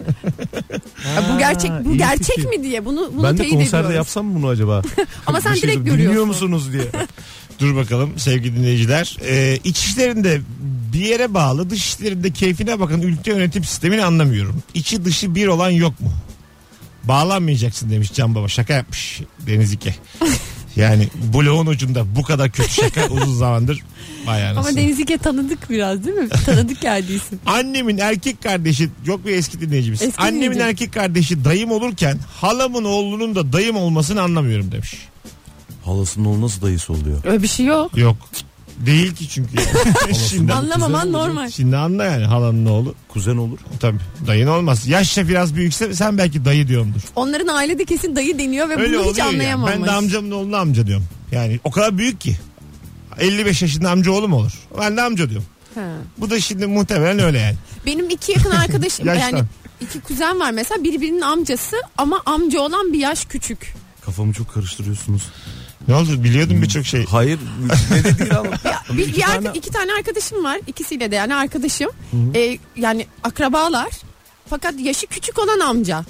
Speaker 3: Ya bu gerçek bu
Speaker 4: iyi
Speaker 3: gerçek
Speaker 4: fikir.
Speaker 3: mi diye bunu bunu
Speaker 4: şey. ben de
Speaker 3: teyit
Speaker 4: konserde
Speaker 3: ediyoruz.
Speaker 4: yapsam mı bunu acaba? *laughs*
Speaker 3: Ama sen
Speaker 4: Bir
Speaker 3: direkt
Speaker 4: söyleyeyim, Dinliyor
Speaker 3: görüyorsun.
Speaker 4: musunuz *laughs* diye.
Speaker 2: Dur bakalım sevgili dinleyiciler. Ee, iç işlerinde bir yere bağlı dış işlerinde keyfine bakın ülke yönetim sistemini anlamıyorum. İçi dışı bir olan yok mu? Bağlanmayacaksın demiş Can Baba şaka yapmış Deniz
Speaker 3: *laughs*
Speaker 2: İke. Yani bloğun ucunda bu kadar kötü şaka uzun zamandır vay
Speaker 3: Ama
Speaker 2: anasını.
Speaker 3: Deniz İlke tanıdık biraz değil mi? Tanıdık geldi isim.
Speaker 2: Annemin erkek kardeşi yok bir eski dinleyicimiz.
Speaker 3: Eski
Speaker 2: Annemin
Speaker 3: dinleyici.
Speaker 2: erkek kardeşi dayım olurken halamın oğlunun da dayım olmasını anlamıyorum demiş.
Speaker 4: Halasının oğlu nasıl dayısı oluyor?
Speaker 3: Öyle bir şey yok.
Speaker 2: Yok. Değil ki çünkü.
Speaker 3: *laughs*
Speaker 2: şimdi,
Speaker 3: Anlamaman normal.
Speaker 2: şimdi anla yani halanın oğlu.
Speaker 4: Kuzen olur.
Speaker 2: Tabii dayın olmaz. Yaşça biraz büyükse sen belki dayı diyorumdur.
Speaker 3: Onların ailede kesin dayı deniyor ve bunu
Speaker 2: oluyor
Speaker 3: hiç hani.
Speaker 2: ya.
Speaker 3: anlayamamış.
Speaker 2: Ben de amcamın oğluna amca diyorum. Yani o kadar büyük ki. 55 yaşında amca oğlu mu olur? Ben de amca diyorum.
Speaker 3: Ha.
Speaker 2: Bu da şimdi muhtemelen öyle yani.
Speaker 3: Benim
Speaker 2: *laughs*
Speaker 3: iki yakın arkadaşım
Speaker 2: Yaştan.
Speaker 3: yani iki kuzen var mesela birbirinin amcası ama amca olan bir yaş küçük.
Speaker 4: Kafamı çok karıştırıyorsunuz.
Speaker 2: Ne oldu biliyordum birçok şey.
Speaker 4: Hayır ne dediğini anlamadım.
Speaker 3: Bir
Speaker 4: İki
Speaker 3: iki, yerde,
Speaker 4: tane-
Speaker 3: iki tane arkadaşım var ikisiyle de yani arkadaşım Ee, yani akrabalar fakat yaşı küçük olan amca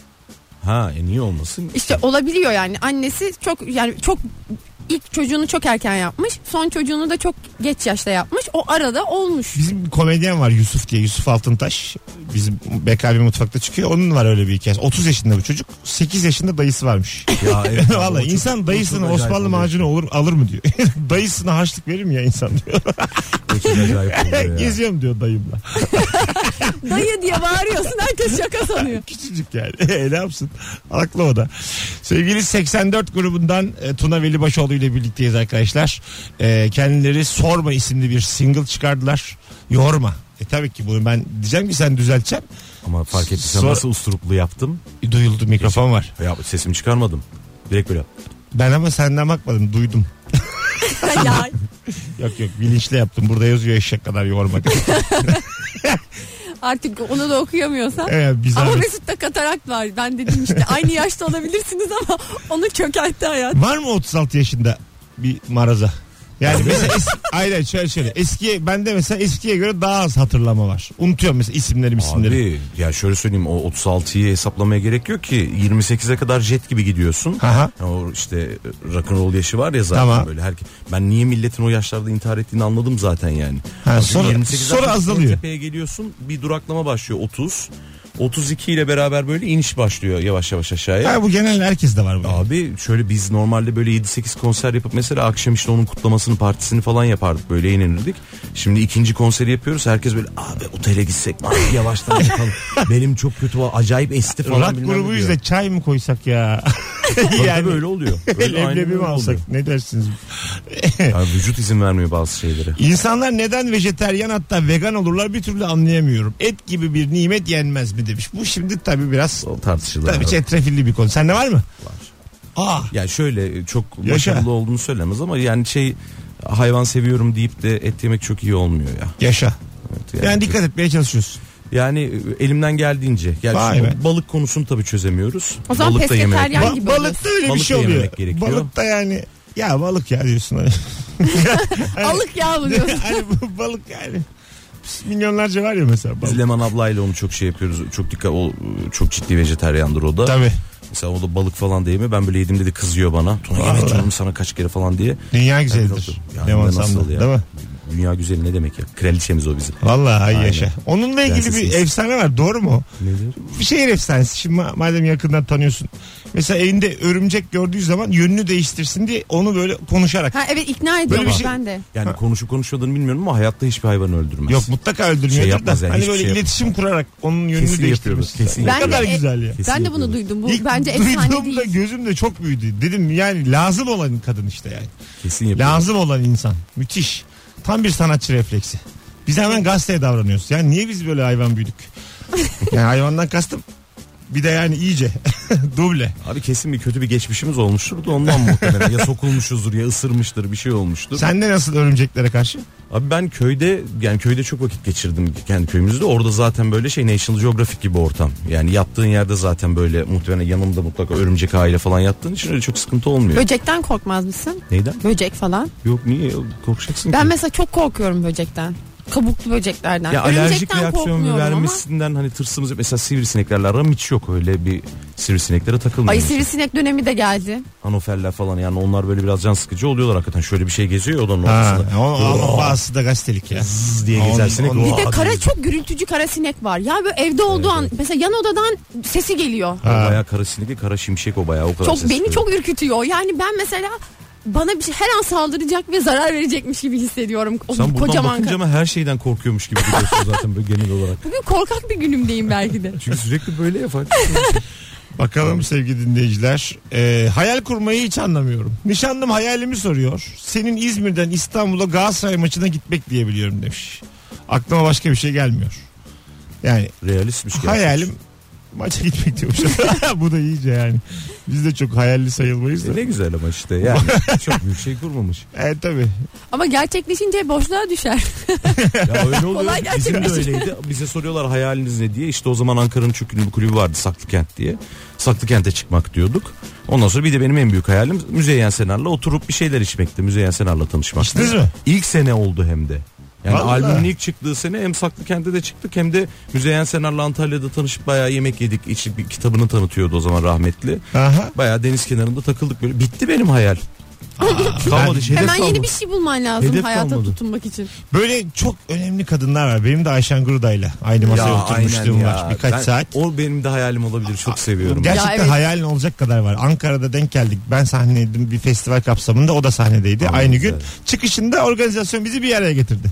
Speaker 4: Ha e niye olmasın?
Speaker 3: işte olabiliyor yani annesi çok yani çok ilk çocuğunu çok erken yapmış son çocuğunu da çok geç yaşta yapmış o
Speaker 2: *laughs*
Speaker 3: arada olmuş.
Speaker 2: Bizim bir komedyen var Yusuf diye Yusuf Altıntaş. Bizim BKB mutfakta çıkıyor. Onun var öyle bir hikayesi. 30 yaşında bu çocuk. 8 yaşında dayısı
Speaker 4: *coughs*
Speaker 2: varmış.
Speaker 4: Ya evet,
Speaker 2: *laughs* Valla
Speaker 4: o çok-
Speaker 2: insan
Speaker 4: o
Speaker 2: dayısına
Speaker 4: çok acayip
Speaker 2: Osmanlı
Speaker 4: oluyor.
Speaker 2: macunu olur, alır mı diyor. *laughs* dayısına harçlık verir mi ya insan diyor.
Speaker 4: O
Speaker 2: *laughs*
Speaker 4: çok acayip oluyor ya.
Speaker 2: Geziyorum diyor dayımla.
Speaker 3: Dayı diye bağırıyorsun herkes şaka sanıyor.
Speaker 2: *laughs* Küçücük yani. E, ne yapsın? Aklı o da. Sevgili 84 grubundan e, Tuna Velibaşoğlu ile birlikteyiz arkadaşlar. E, kendileri Sorma isimli bir single çıkardılar. Yorma. E tabii ki bunu ben diyeceğim ki sen düzelteceğim.
Speaker 4: Ama fark ettiysen
Speaker 2: Sonra-
Speaker 4: nasıl usturuplu yaptım.
Speaker 2: E, Duyuldu mikrofon var.
Speaker 4: Ya sesimi çıkarmadım. Direkt böyle.
Speaker 2: Ben ama senden bakmadım duydum.
Speaker 3: ya
Speaker 2: Yok yok bilinçli yaptım. Burada yazıyor eşek kadar yorma.
Speaker 3: artık onu da okuyamıyorsan.
Speaker 2: evet, biz
Speaker 3: Ama
Speaker 2: abi-
Speaker 3: Mesut'ta katarakt var. Ben dedim işte aynı yaşta olabilirsiniz ama onu çökertti hayat.
Speaker 2: Var mı 36 yaşında bir maraza? Yani mesela es- aynen şöyle şöyle. Eskiye bende mesela eskiye göre daha az hatırlama var. Unutuyorum mesela isimlerim isimleri.
Speaker 4: Abi ya şöyle söyleyeyim o 36'yı hesaplamaya gerek yok ki 28'e kadar jet gibi gidiyorsun.
Speaker 2: Aha.
Speaker 4: Ya O işte e, rock'n'roll yaşı var ya zaten
Speaker 2: Tamam.
Speaker 4: böyle herkes. Ben niye milletin o yaşlarda intihar ettiğini anladım zaten yani.
Speaker 2: Ha,
Speaker 4: Çünkü
Speaker 2: sonra-
Speaker 4: 28'den
Speaker 2: sonra
Speaker 4: sonra
Speaker 2: azalıyor.
Speaker 4: Tepeye geliyorsun bir duraklama başlıyor 30. 32 ile beraber böyle iniş başlıyor yavaş yavaş aşağıya.
Speaker 2: Ha, bu genel herkeste var bu.
Speaker 4: Abi şöyle biz normalde böyle 7-8 konser yapıp mesela akşam işte onun kutlamasını partisini falan yapardık böyle eğlenirdik. Şimdi ikinci konseri yapıyoruz herkes böyle abi otele gitsek mi abi *laughs* yavaştan yapalım. Benim çok kötü var acayip esti falan
Speaker 2: Rock
Speaker 4: bilmem ne
Speaker 2: grubu
Speaker 4: diyor.
Speaker 2: yüzde çay mı koysak ya? *laughs*
Speaker 4: Tabii yani böyle oluyor. Böyle aynen
Speaker 2: Leblebi mi
Speaker 4: öyle
Speaker 2: alsak?
Speaker 4: oluyor.
Speaker 2: Ne dersiniz?
Speaker 4: Ya vücut izin vermiyor bazı şeylere.
Speaker 2: İnsanlar neden vejeteryan hatta vegan olurlar bir türlü anlayamıyorum. Et gibi bir nimet yenmez mi demiş. Bu şimdi tabii biraz
Speaker 4: O tartışılır.
Speaker 2: tabii
Speaker 4: abi.
Speaker 2: çetrefilli bir konu. Sende var mı?
Speaker 4: Var.
Speaker 2: Aa.
Speaker 4: Yani şöyle çok
Speaker 2: Yaşa.
Speaker 4: başarılı olduğunu söylemez ama yani şey hayvan seviyorum deyip de et yemek çok iyi olmuyor ya.
Speaker 2: Yaşa.
Speaker 4: Evet
Speaker 2: Yani dikkat etmeye çalışıyoruz.
Speaker 4: Yani e, elimden geldiğince. Yani
Speaker 2: Vay
Speaker 4: şimdi
Speaker 2: be.
Speaker 4: balık konusunu tabii çözemiyoruz.
Speaker 3: O zaman
Speaker 4: balık da yemek.
Speaker 3: pesketeryan- Hangi
Speaker 2: Ba- balıkta
Speaker 3: bölgesi?
Speaker 2: öyle bir
Speaker 4: Balık
Speaker 2: şey
Speaker 4: da yememek
Speaker 2: oluyor.
Speaker 4: gerekiyor.
Speaker 2: Balıkta yani ya balık ya diyorsun. *laughs*
Speaker 3: Alık ya bu diyorsun.
Speaker 2: hani bu balık yani. Milyonlarca var ya mesela
Speaker 4: Biz
Speaker 2: balık.
Speaker 4: Leman ablayla onu çok şey yapıyoruz. Çok dikkat o çok ciddi vejeteryandır o da.
Speaker 2: Tabii.
Speaker 4: Mesela o da balık falan da yemiyor. Ben böyle yedim dedi kızıyor bana. Tuna
Speaker 2: Vallahi.
Speaker 4: yemek canım sana kaç kere falan diye.
Speaker 2: Dünya
Speaker 4: Tabii,
Speaker 2: güzeldir.
Speaker 4: tabii.
Speaker 2: Leman
Speaker 4: Yani nasıl
Speaker 2: Sam'da.
Speaker 4: ya?
Speaker 2: Değil mi?
Speaker 4: Dünya güzeli ne demek ya? Kraliçemiz o bizim.
Speaker 2: Vallahi ay
Speaker 4: Aynen.
Speaker 2: yaşa. Onunla ilgili bir
Speaker 4: Prensesimiz.
Speaker 2: efsane var doğru mu?
Speaker 4: Nedir?
Speaker 2: Bir şehir efsanesi. Şimdi ma- madem yakından tanıyorsun. Mesela evinde örümcek gördüğü zaman yönünü değiştirsin diye onu böyle konuşarak.
Speaker 3: *laughs* Ha evet ikna
Speaker 2: Böyle bir
Speaker 3: ediyormuş
Speaker 2: şey-
Speaker 3: ben de.
Speaker 4: Yani konuşup konuşmadığını bilmiyorum ama hayatta hiçbir hayvanı öldürmez.
Speaker 2: Yok mutlaka öldürmüyordur
Speaker 4: Şey
Speaker 2: da.
Speaker 4: yapmaz yani,
Speaker 2: hani
Speaker 4: hiçbir
Speaker 2: böyle
Speaker 4: şey
Speaker 2: iletişim kurarak onun yönünü
Speaker 4: Kesin
Speaker 2: değiştirmesi.
Speaker 4: yapıyordur, kesin
Speaker 2: Ne
Speaker 3: yapıyordur.
Speaker 2: kadar
Speaker 3: Ben de-
Speaker 2: güzel ya.
Speaker 4: Kesin
Speaker 3: ben de
Speaker 4: yapıyorlar.
Speaker 3: bunu duydum. e, Bu
Speaker 2: İlk
Speaker 3: bence efsane
Speaker 2: duyduğumda
Speaker 3: değil.
Speaker 2: gözüm de çok büyüdü. Dedim yani lazım olan kadın işte yani.
Speaker 4: Kesin yapıyor.
Speaker 2: Lazım olan insan. Müthiş. Tam bir sanatçı refleksi. Biz hemen gazeteye davranıyoruz. Yani niye biz böyle hayvan büyüdük? yani hayvandan kastım bir de yani iyice *laughs* duble.
Speaker 4: Abi kesin bir kötü bir geçmişimiz olmuştur da ondan muhtemelen.
Speaker 2: *laughs*
Speaker 4: ya sokulmuşuzdur ya ısırmıştır bir şey olmuştur.
Speaker 2: Sen de nasıl örümceklere karşı?
Speaker 4: Abi ben köyde yani köyde çok vakit geçirdim kendi köyümüzde. Orada zaten böyle şey National Geographic gibi ortam. Yani yattığın yerde zaten böyle muhtemelen yanımda mutlaka örümcek aile falan yattığın için öyle çok sıkıntı olmuyor.
Speaker 3: Böcekten korkmaz mısın?
Speaker 4: Neyden?
Speaker 3: Böcek falan.
Speaker 4: Yok niye korkacaksın
Speaker 3: Ben
Speaker 4: ki?
Speaker 3: mesela çok korkuyorum böcekten. Kabuklu böceklerden.
Speaker 4: ya alerjik
Speaker 3: Örümcekten
Speaker 4: reaksiyon
Speaker 3: korkmuyorum ama.
Speaker 4: vermesinden hani tırsımız mesela sivrisineklerle aram hiç yok öyle bir sivrisineklere takılmıyor.
Speaker 3: Ay sivrisinek dönemi de geldi.
Speaker 4: Hanoverler falan yani onlar böyle biraz can sıkıcı oluyorlar hakikaten. Şöyle bir şey geziyor ya odanın
Speaker 2: Ha,
Speaker 4: ortasında.
Speaker 2: o, o, bazısı da gazetelik ya.
Speaker 4: Zzz diye
Speaker 2: Onun-
Speaker 4: gezer sinek.
Speaker 2: onun-
Speaker 4: "Oha!"
Speaker 3: Bir de kara
Speaker 4: diyor.
Speaker 3: çok gürültücü kara sinek var. Ya böyle evde olduğu an mesela yan odadan sesi geliyor.
Speaker 4: O
Speaker 2: Ha.
Speaker 4: bayağı kara sinek değil, kara şimşek o bayağı o kadar ses
Speaker 3: Çok beni
Speaker 4: çıkıyor.
Speaker 3: çok ürkütüyor. Yani ben mesela bana bir şey her an saldıracak ve zarar verecekmiş gibi hissediyorum. O
Speaker 4: Sen buradan
Speaker 3: kocaman
Speaker 4: bakınca
Speaker 3: kara-
Speaker 4: ama her şeyden korkuyormuş gibi gidiyorsun zaten böyle genel olarak.
Speaker 3: Bugün korkak bir günümdeyim belki
Speaker 4: *laughs*
Speaker 3: de.
Speaker 4: Çünkü sürekli böyle ya fark
Speaker 2: Bakalım sevgili dinleyiciler. Ee, hayal kurmayı hiç anlamıyorum. Nişanlım hayalimi soruyor. Senin İzmir'den İstanbul'a Galatasaray maçına gitmek diye biliyorum demiş. Aklıma başka bir şey gelmiyor. Yani
Speaker 4: Realistmiş gerçekten.
Speaker 2: hayalim maça gitmek diyormuş. *laughs* Bu da iyice yani. Biz de çok hayalli sayılmayız da.
Speaker 4: E ne güzel ama işte *laughs* yani çok büyük şey kurmamış.
Speaker 2: Evet tabii.
Speaker 3: Ama gerçekleşince boşluğa düşer.
Speaker 4: Ya öyle oluyor.
Speaker 3: Kolay
Speaker 4: Bizim de
Speaker 3: gerçekleşir.
Speaker 4: öyleydi. Bize soruyorlar hayaliniz ne diye. İşte o zaman Ankara'nın çok ünlü bir kulübü vardı Saklıkent diye. Saklıkent'e çıkmak diyorduk. Ondan sonra bir de benim en büyük hayalim Müzeyyen Senar'la oturup bir şeyler içmekti. Müzeyyen Senar'la tanışmak.
Speaker 2: İçtiniz mi?
Speaker 4: İlk sene oldu hem de. Yani
Speaker 2: Vallahi.
Speaker 4: albümün ilk çıktığı sene hem Saklıkent'te de çıktık hem de Müzeyyen Senar'la Antalya'da tanışıp bayağı yemek yedik. içtik. bir kitabını tanıtıyordu o zaman rahmetli.
Speaker 2: Aha.
Speaker 4: Bayağı deniz kenarında takıldık böyle. Bitti benim hayal. kalmadı hiç, hedef
Speaker 3: Hemen
Speaker 4: kalmadı.
Speaker 3: yeni bir şey bulman lazım
Speaker 4: Hedef
Speaker 3: hayata
Speaker 4: kalmadı.
Speaker 3: tutunmak için.
Speaker 2: Böyle çok önemli kadınlar var. Benim de Ayşen Gruda'yla aynı masaya oturmuşluğum
Speaker 4: aynen ya.
Speaker 2: var. Birkaç
Speaker 4: Ben-
Speaker 2: saat.
Speaker 4: O benim de hayalim olabilir. Çok seviyorum.
Speaker 2: Gerçekten
Speaker 3: Ya evet.
Speaker 2: hayalin olacak kadar var. Ankara'da denk geldik. Ben sahneydim bir festival kapsamında. O da sahnedeydi
Speaker 4: Aman
Speaker 2: aynı
Speaker 4: güzel.
Speaker 2: gün. Çıkışında organizasyon bizi bir araya getirdi.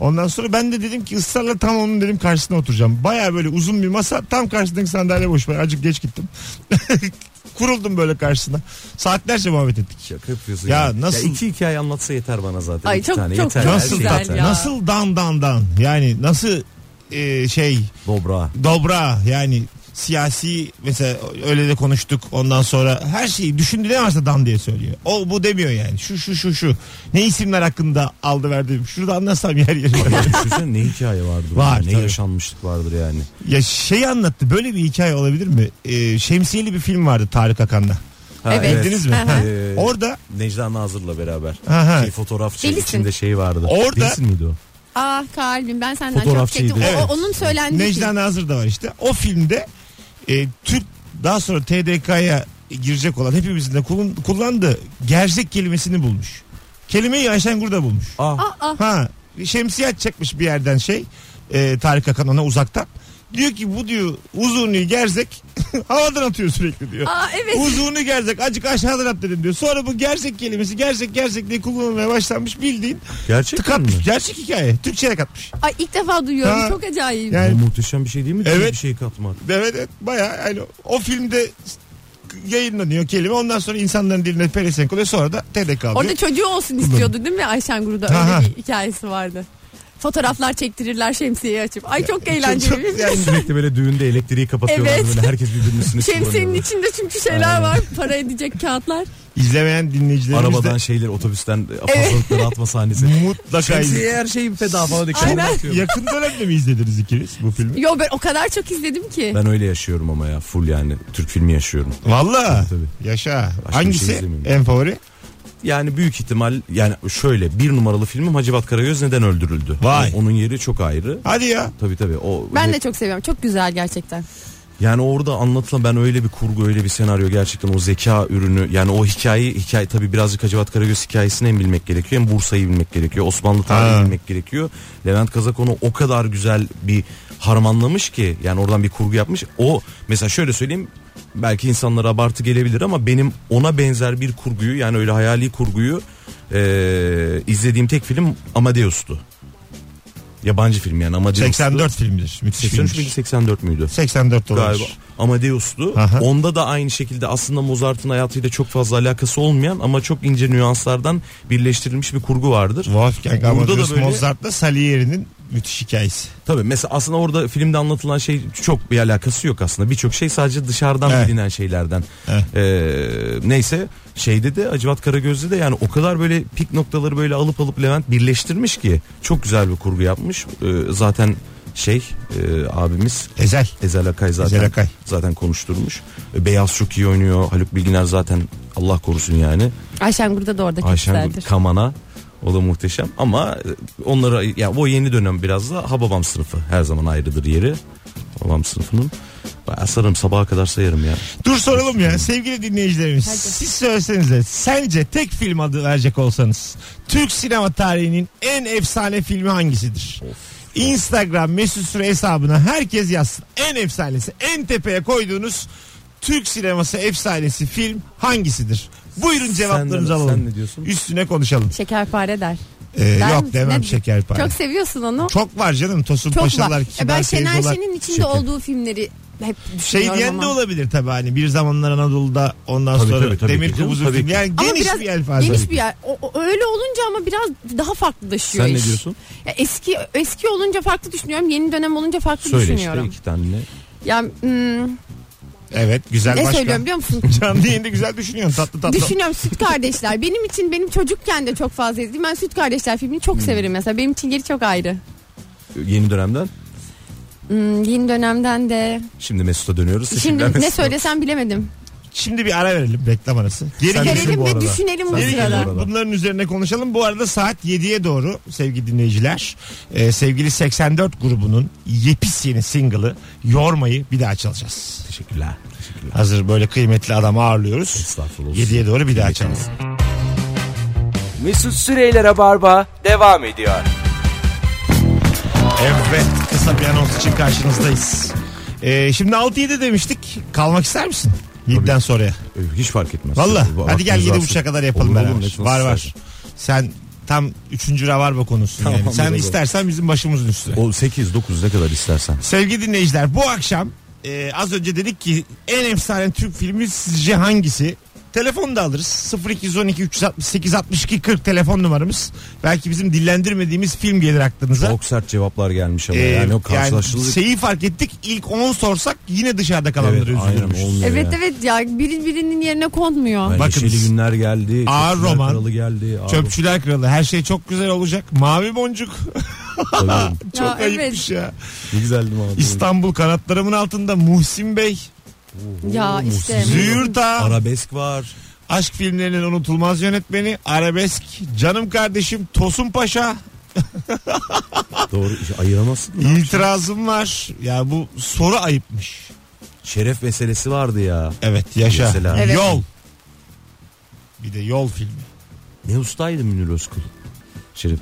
Speaker 2: Ondan sonra ben de dedim ki ısrarla tam onun dedim karşısına oturacağım. Baya böyle uzun bir masa tam karşısındaki sandalye boş. Ben acık geç gittim. *laughs* Kuruldum böyle karşısına. Saatlerce muhabbet ettik.
Speaker 4: Şaka yapıyorsun.
Speaker 2: Ya nasıl-
Speaker 4: iki hikaye anlatsa yeter bana zaten.
Speaker 3: Ay
Speaker 4: İki
Speaker 3: çok-
Speaker 4: tane
Speaker 3: çok
Speaker 4: yeter.
Speaker 2: Nasıl
Speaker 4: Her
Speaker 3: güzel
Speaker 2: tat-
Speaker 4: yeter.
Speaker 3: ya.
Speaker 2: nasıl dan dan dan yani nasıl e, şey
Speaker 4: *laughs* Dobra.
Speaker 2: dobra yani siyasi mesela öyle de konuştuk ondan sonra her şeyi düşündü demezse dan diye söylüyor. O bu demiyor yani şu şu şu şu ne isimler hakkında aldı verdi şurada anlatsam yer
Speaker 3: *laughs*
Speaker 2: yer.
Speaker 4: Düşünsene ne hikaye vardır.
Speaker 2: Var,
Speaker 4: ne
Speaker 2: tabii.
Speaker 4: yaşanmışlık vardır yani.
Speaker 2: ya şey anlattı böyle bir hikaye olabilir mi? Ee, şemsiyeli bir film vardı Tarık Akan'la.
Speaker 4: Ha,
Speaker 3: Evet.
Speaker 2: Bildiniz mi?
Speaker 3: Hı hı.
Speaker 2: Ha.
Speaker 4: Ee,
Speaker 2: Orada
Speaker 4: Necla Nazır'la beraber.
Speaker 2: Aha.
Speaker 4: Şey, fotoğraf şey,
Speaker 3: Delisin.
Speaker 4: içinde şey vardı.
Speaker 2: Orada-
Speaker 4: Delisin miydi o?
Speaker 3: Ah kalbim ben senden çok
Speaker 4: Fotoğrafçıydı.
Speaker 3: çektim. O-
Speaker 2: Evet.
Speaker 3: O, onun söylendiği şey.
Speaker 2: Necla Nazır da var işte. O filmde e, Türk daha sonra TDK'ya girecek olan hepimizin de kullan- kullandığı gerzek kelimesini bulmuş. Kelimeyi Ayşen Gurda bulmuş.
Speaker 4: Ah,
Speaker 3: film. Aa,
Speaker 2: Ha şemsiye çekmiş bir yerden şey. E, Tarık Akan ona uzaktan. Diyor ki bu diyor uzunluğu gerzek *laughs* havadan atıyor sürekli diyor.
Speaker 3: aa ah, evet.
Speaker 2: Uzunluğu gerzek acık aşağıdan at dedim diyor. Sonra bu gerzek kelimesi gerzek gerzek diye kullanılmaya başlanmış bildiğin.
Speaker 4: gerçekten mi?
Speaker 2: Tıkatmış. Gerçek hikaye. Türkçe'ye katmış.
Speaker 3: Ay ilk defa duyuyorum.
Speaker 2: Ha.
Speaker 3: Çok acayip.
Speaker 2: Yani-
Speaker 4: Bu muhteşem bir şey değil mi?
Speaker 2: Evet.
Speaker 4: Bir şey katmak.
Speaker 2: Evet, evet bayağı yani o filmde yayınlanıyor kelime. Ondan sonra insanların diline pelesenk oluyor. Sonra da TDK alıyor.
Speaker 3: Orada çocuğu olsun istiyordu değil mi Ayşen Guru'da?
Speaker 2: Aha.
Speaker 3: Öyle bir hikayesi vardı. Fotoğraflar çektirirler şemsiyeyi açıp. Ay çok eğlenceli.
Speaker 2: Çok- yani
Speaker 4: Sürekli böyle düğünde elektriği kapatıyorlar
Speaker 3: Evet.
Speaker 4: böyle herkes birbirinin üstüne
Speaker 3: Şemsiyenin
Speaker 4: sıvırıyor.
Speaker 3: içinde çünkü şeyler var. Para edecek kağıtlar.
Speaker 2: izlemeyen dinleyicilerimiz
Speaker 4: Arabadan
Speaker 2: de
Speaker 4: şeyler otobüsten apartmanlıklara atma sahnesi.
Speaker 2: mutlaka
Speaker 4: Şemsiye
Speaker 2: izlesin.
Speaker 4: her şeyi feda falan. diye
Speaker 3: Aynen.
Speaker 4: kenara atıyor.
Speaker 2: Yakın dönemde mi izlediniz ikiniz bu filmi?
Speaker 3: Yo ben o kadar çok izledim ki.
Speaker 4: Ben öyle yaşıyorum ama ya full yani Türk filmi yaşıyorum.
Speaker 2: Valla.
Speaker 4: Tabii, tabii.
Speaker 2: Yaşa.
Speaker 4: bir
Speaker 2: Hangisi
Speaker 4: şey izlemiyorum.
Speaker 2: en favori?
Speaker 4: Yani büyük ihtimal yani şöyle bir numaralı filmim Hacivat Karagöz neden öldürüldü?
Speaker 2: Vay.
Speaker 4: Onun yeri çok ayrı.
Speaker 2: Hadi ya.
Speaker 4: Tabii tabii. O
Speaker 3: Ben de çok seviyorum. Çok güzel gerçekten.
Speaker 4: Yani orada anlatılan ben öyle bir kurgu öyle bir senaryo gerçekten o zeka ürünü yani o hikayeyi hikaye tabii birazcık Hacivat Karagöz hikayesini hem bilmek gerekiyor hem Bursa'yı bilmek gerekiyor Osmanlı
Speaker 2: Ha.
Speaker 4: tarihini bilmek gerekiyor. Levent Kazak onu o kadar güzel bir harmanlamış ki yani oradan bir kurgu yapmış. O mesela şöyle söyleyeyim belki insanlara abartı gelebilir ama benim ona benzer bir kurguyu yani öyle hayali kurguyu eee, izlediğim tek film Amadeus'tu. Yabancı film yani Amadeus'tu.
Speaker 2: 84 filmdir. Müthiş
Speaker 4: 83 miydi,
Speaker 2: filmdir.
Speaker 4: 84 müydü?
Speaker 2: 84
Speaker 4: galiba.
Speaker 2: olabilir.
Speaker 4: Amadeus'tu.
Speaker 2: Aha.
Speaker 4: Onda da aynı şekilde aslında Mozart'ın hayatıyla çok fazla alakası olmayan ama çok ince nüanslardan birleştirilmiş bir kurgu vardır.
Speaker 2: Wolfgang
Speaker 4: Burada da
Speaker 2: Amadeus
Speaker 4: böyle-
Speaker 2: Mozart'la Salieri'nin müthiş hikayesi.
Speaker 4: Tabii mesela aslında orada filmde anlatılan şey çok bir alakası yok aslında. Birçok şey sadece dışarıdan
Speaker 2: Evet.
Speaker 4: bilinen şeylerden.
Speaker 2: Evet.
Speaker 4: Ee, neyse şeyde de Acıvat Karagöz'de de yani o kadar böyle pik noktaları böyle alıp alıp Levent birleştirmiş ki çok güzel bir kurgu yapmış. Ee, zaten şey e, abimiz
Speaker 2: Ezel.
Speaker 4: Ezel Akay zaten
Speaker 2: Ezel Akay.
Speaker 4: zaten konuşturmuş. E, Beyaz çok iyi oynuyor. Haluk Bilginer zaten Allah korusun yani.
Speaker 3: Ayşen Guru'da da orada çok
Speaker 4: Ayşen
Speaker 3: güzeldir.
Speaker 4: Kamana o da muhteşem ama e, onlara ya o yeni dönem biraz da ha babam sınıfı her zaman ayrıdır yeri. Babam sınıfının bayağı sararım sabaha kadar sayarım ya.
Speaker 2: Dur soralım ya sevgili dinleyicilerimiz.
Speaker 3: Hadi.
Speaker 2: Siz söylesenize sence tek film adı verecek olsanız Türk sinema tarihinin en efsane filmi hangisidir? Instagram mesut süre hesabına herkes yazsın. En efsanesi en tepeye koyduğunuz Türk sineması efsanesi film hangisidir? Buyurun cevaplarınızı
Speaker 4: sen
Speaker 2: alalım.
Speaker 4: ne diyorsun?
Speaker 2: Üstüne konuşalım.
Speaker 3: Şekerpare der.
Speaker 2: Ee,
Speaker 3: Der
Speaker 2: yok
Speaker 3: misin?
Speaker 2: demem
Speaker 3: Ne-
Speaker 2: şekerpare.
Speaker 3: Çok
Speaker 2: Çok,
Speaker 3: seviyorsun onu.
Speaker 2: var canım Tosun
Speaker 3: Çok var.
Speaker 2: Paşalar,
Speaker 3: E
Speaker 2: Kibar
Speaker 3: ben Şener
Speaker 2: Feyzolar.
Speaker 3: Şen'in içinde
Speaker 4: Şeker.
Speaker 3: olduğu filmleri hep
Speaker 2: Şey
Speaker 3: düşünüyorum
Speaker 2: diyen
Speaker 3: ama.
Speaker 2: de olabilir tabii hani bir zamanlar Anadolu'da ondan
Speaker 4: Tabii,
Speaker 2: sonra
Speaker 4: tabii, tabii
Speaker 2: demir
Speaker 4: ki canım,
Speaker 2: kubuzu
Speaker 4: tabii
Speaker 2: filmi.
Speaker 4: ki.
Speaker 2: Yani
Speaker 3: Ama
Speaker 2: geniş
Speaker 3: biraz
Speaker 2: bir yelpaze.
Speaker 3: Geniş bir yer. O- o- öyle olunca ama biraz daha farklılaşıyor
Speaker 4: Sen ne
Speaker 3: iş.
Speaker 4: diyorsun?
Speaker 3: Ya eski eski olunca farklı düşünüyorum. Yeni dönem olunca farklı
Speaker 4: Söyle işte
Speaker 3: düşünüyorum.
Speaker 4: iki tane.
Speaker 3: Ya hmm,
Speaker 2: Evet güzel
Speaker 3: ne
Speaker 2: başka.
Speaker 3: söylüyorum biliyor musun?
Speaker 2: Canlı yayında güzel düşünüyorsun tatlı tatlı.
Speaker 3: Düşünüyorum Süt Kardeşler. Benim için benim çocukken de çok fazla izledim. Ben Süt Kardeşler filmini
Speaker 4: Hmm.
Speaker 3: çok severim mesela. Benim için yeri çok ayrı.
Speaker 4: Yeni dönemden.
Speaker 3: Hmm, yeni dönemden de.
Speaker 4: Şimdi Mesut'a dönüyoruz. Teşekkürler
Speaker 3: Şimdi ne
Speaker 4: Mesut.
Speaker 3: söylesem bilemedim.
Speaker 2: Şimdi bir ara verelim reklam arası. Geri
Speaker 4: Sen
Speaker 2: gelelim.
Speaker 4: düşün
Speaker 3: Verelim
Speaker 4: bu
Speaker 3: ve
Speaker 4: arada.
Speaker 3: düşünelim bu
Speaker 4: Sen
Speaker 2: Geri
Speaker 4: düşün bu
Speaker 3: sırada.
Speaker 2: gelelim.
Speaker 4: arada.
Speaker 2: Bunların üzerine konuşalım. Bu arada saat 7'ye doğru sevgili dinleyiciler. e, sevgili 84 grubunun yepis yeni single'ı Yormayı bir daha çalacağız.
Speaker 4: Teşekkürler. Teşekkürler.
Speaker 2: Hazır böyle kıymetli adamı ağırlıyoruz.
Speaker 4: Estağfurullah. olsun.
Speaker 2: 7'ye doğru bir daha çalalım.
Speaker 1: Mesut Süreyler'e barba devam ediyor.
Speaker 2: Evet kısa bir anons için karşınızdayız. E, şimdi 6-7 demiştik. Kalmak ister misin? 7'den sonraya.
Speaker 4: Ee, Hiç fark etmez.
Speaker 2: Valla
Speaker 4: Bu
Speaker 2: hadi gel
Speaker 4: aklınız
Speaker 2: 7.30'a
Speaker 4: varsa-
Speaker 2: kadar yapalım
Speaker 4: Olur
Speaker 2: beraber.
Speaker 4: olur, net nasıl
Speaker 2: var var.
Speaker 4: istersen.
Speaker 2: Sen tam 3. ravarba konusun
Speaker 4: Tamam,
Speaker 2: yani. Sen
Speaker 4: bravo.
Speaker 2: istersen bizim başımızın üstüne.
Speaker 4: O 8 9 ne kadar istersen.
Speaker 2: Sevgili dinleyiciler bu akşam e, az önce dedik ki en efsane Türk filmi sizce hangisi? Telefon da alırız. 0212 368 62 40 telefon numaramız. Belki bizim dillendirmediğimiz film gelir aklınıza.
Speaker 4: Çok sert cevaplar gelmiş ama
Speaker 2: E,
Speaker 4: yani o karşılaştırılık.
Speaker 2: şeyi fark ettik. ilk 10 sorsak yine dışarıda kalanları
Speaker 4: Evet, aynen,
Speaker 2: üzülürmüş.
Speaker 4: olmuyor.
Speaker 3: Evet
Speaker 4: ya.
Speaker 3: evet ya biri birinin yerine konmuyor.
Speaker 4: Yani
Speaker 2: Bakınız.
Speaker 4: Neşeli günler geldi.
Speaker 2: Ağır
Speaker 4: Çöpçüler
Speaker 2: roman,
Speaker 4: Kralı geldi. Ağır
Speaker 2: Çöpçüler kralı her şey çok güzel olacak. Mavi boncuk *laughs*
Speaker 4: roman. Tabii.
Speaker 2: çok
Speaker 3: Ya,
Speaker 2: ayıpmış ya.
Speaker 4: Ne güzeldi abi.
Speaker 2: İstanbul kanatlarımın altında Muhsin Bey.
Speaker 3: Ya işte.
Speaker 2: Züğürta.
Speaker 4: Arabesk var.
Speaker 2: Aşk filmlerinin unutulmaz yönetmeni. Arabesk. Canım kardeşim Tosun Paşa.
Speaker 4: Doğru işte ayıramazsın.
Speaker 2: İtirazım var. Ya bu soru ayıpmış.
Speaker 4: Şeref meselesi vardı ya.
Speaker 2: Evet yaşa.
Speaker 4: Mesela.
Speaker 3: Evet.
Speaker 2: Yol. Bir de yol filmi.
Speaker 4: Ne ustaydı Münir Özkul. Şerif.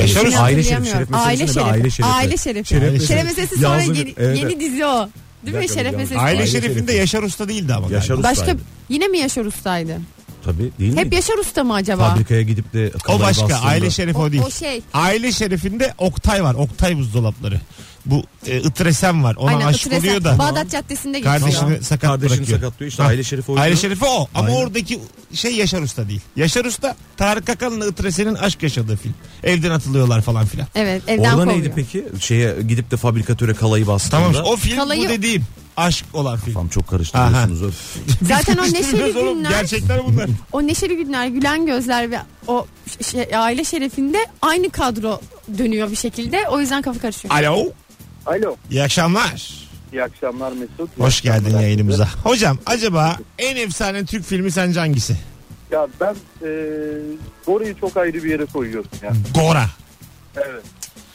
Speaker 2: Yaşar
Speaker 4: şerif.
Speaker 2: Usta.
Speaker 4: Aile şerif. Şeref
Speaker 3: Aile
Speaker 4: meselesine de
Speaker 3: şerefi.
Speaker 4: aile şerefi.
Speaker 3: Aile şerefi.
Speaker 2: Şeref
Speaker 3: Şeref,
Speaker 2: meselesi.
Speaker 3: meselesi sonra
Speaker 4: Yazdı-
Speaker 3: yeni,
Speaker 4: Evet.
Speaker 3: yeni dizi o. Değil
Speaker 4: Bir
Speaker 3: mi?
Speaker 4: dakika,
Speaker 3: Şeref
Speaker 4: bir
Speaker 3: meselesi.
Speaker 2: Aile,
Speaker 4: Aile
Speaker 2: Şerif'inde
Speaker 4: Şerif'inde.
Speaker 2: Yaşar Usta değildi ama.
Speaker 4: Yaşar
Speaker 2: galiba.
Speaker 4: Usta.
Speaker 3: Başka
Speaker 4: Ustaydı.
Speaker 3: yine mi Yaşar Ustaydı?
Speaker 4: Tabii değil mi?
Speaker 3: Hep Yaşar Usta mı acaba?
Speaker 4: Fabrikaya gidip de
Speaker 2: O
Speaker 4: kalayı
Speaker 2: başka.
Speaker 4: bastığında-
Speaker 2: Aile Şerif o,
Speaker 3: O,
Speaker 2: değil.
Speaker 3: o şey.
Speaker 2: Aile Şerif'inde Oktay var. Oktay buzdolapları. Bu e, ıtresem var. Ona
Speaker 3: Aynen,
Speaker 2: aşık
Speaker 3: Itıresen.
Speaker 2: oluyor da.
Speaker 3: Bağdat Caddesi'nde geçiyor.
Speaker 2: Kardeşini sakat
Speaker 4: Kardeşini
Speaker 2: bırakıyor.
Speaker 4: sakatlıyor işte
Speaker 2: Ha.
Speaker 4: aile şerifi oynuyor.
Speaker 2: Aile Şerif'i o. Ama
Speaker 4: Aynen.
Speaker 2: oradaki şey Yaşar Usta değil. Yaşar Usta Tarık Akan'la Itresen'in aşk yaşadığı film. Evden atılıyorlar falan filan.
Speaker 3: Evet evden
Speaker 4: Orada
Speaker 3: kovuyor.
Speaker 4: neydi peki? Şeye gidip de fabrikatöre kalayı bastığında.
Speaker 2: Tamam o film bu
Speaker 3: Kalayı-
Speaker 2: dediğim. Aşk olan film.
Speaker 4: Tamam çok karıştırıyorsunuz. Öf.
Speaker 3: Zaten o
Speaker 2: Biz
Speaker 3: neşeli
Speaker 2: bilmiyoruz oğlum.
Speaker 3: günler.
Speaker 2: Gerçekler bunlar.
Speaker 3: O Neşeli Günler, Gülen Gözler ve o ş- şey, aile şerefinde aynı kadro dönüyor bir şekilde. O yüzden kafa karışıyor.
Speaker 2: Alo.
Speaker 5: Alo.
Speaker 2: İyi akşamlar.
Speaker 5: İyi akşamlar Mesut.
Speaker 2: Hoş
Speaker 5: İyi
Speaker 2: geldin
Speaker 5: akşamlar.
Speaker 2: yayınımıza. Hocam acaba en efsane Türk filmi sence hangisi?
Speaker 5: Ya ben e, Gora'yı çok ayrı bir yere koyuyorum ya.
Speaker 2: Gora.
Speaker 5: Evet.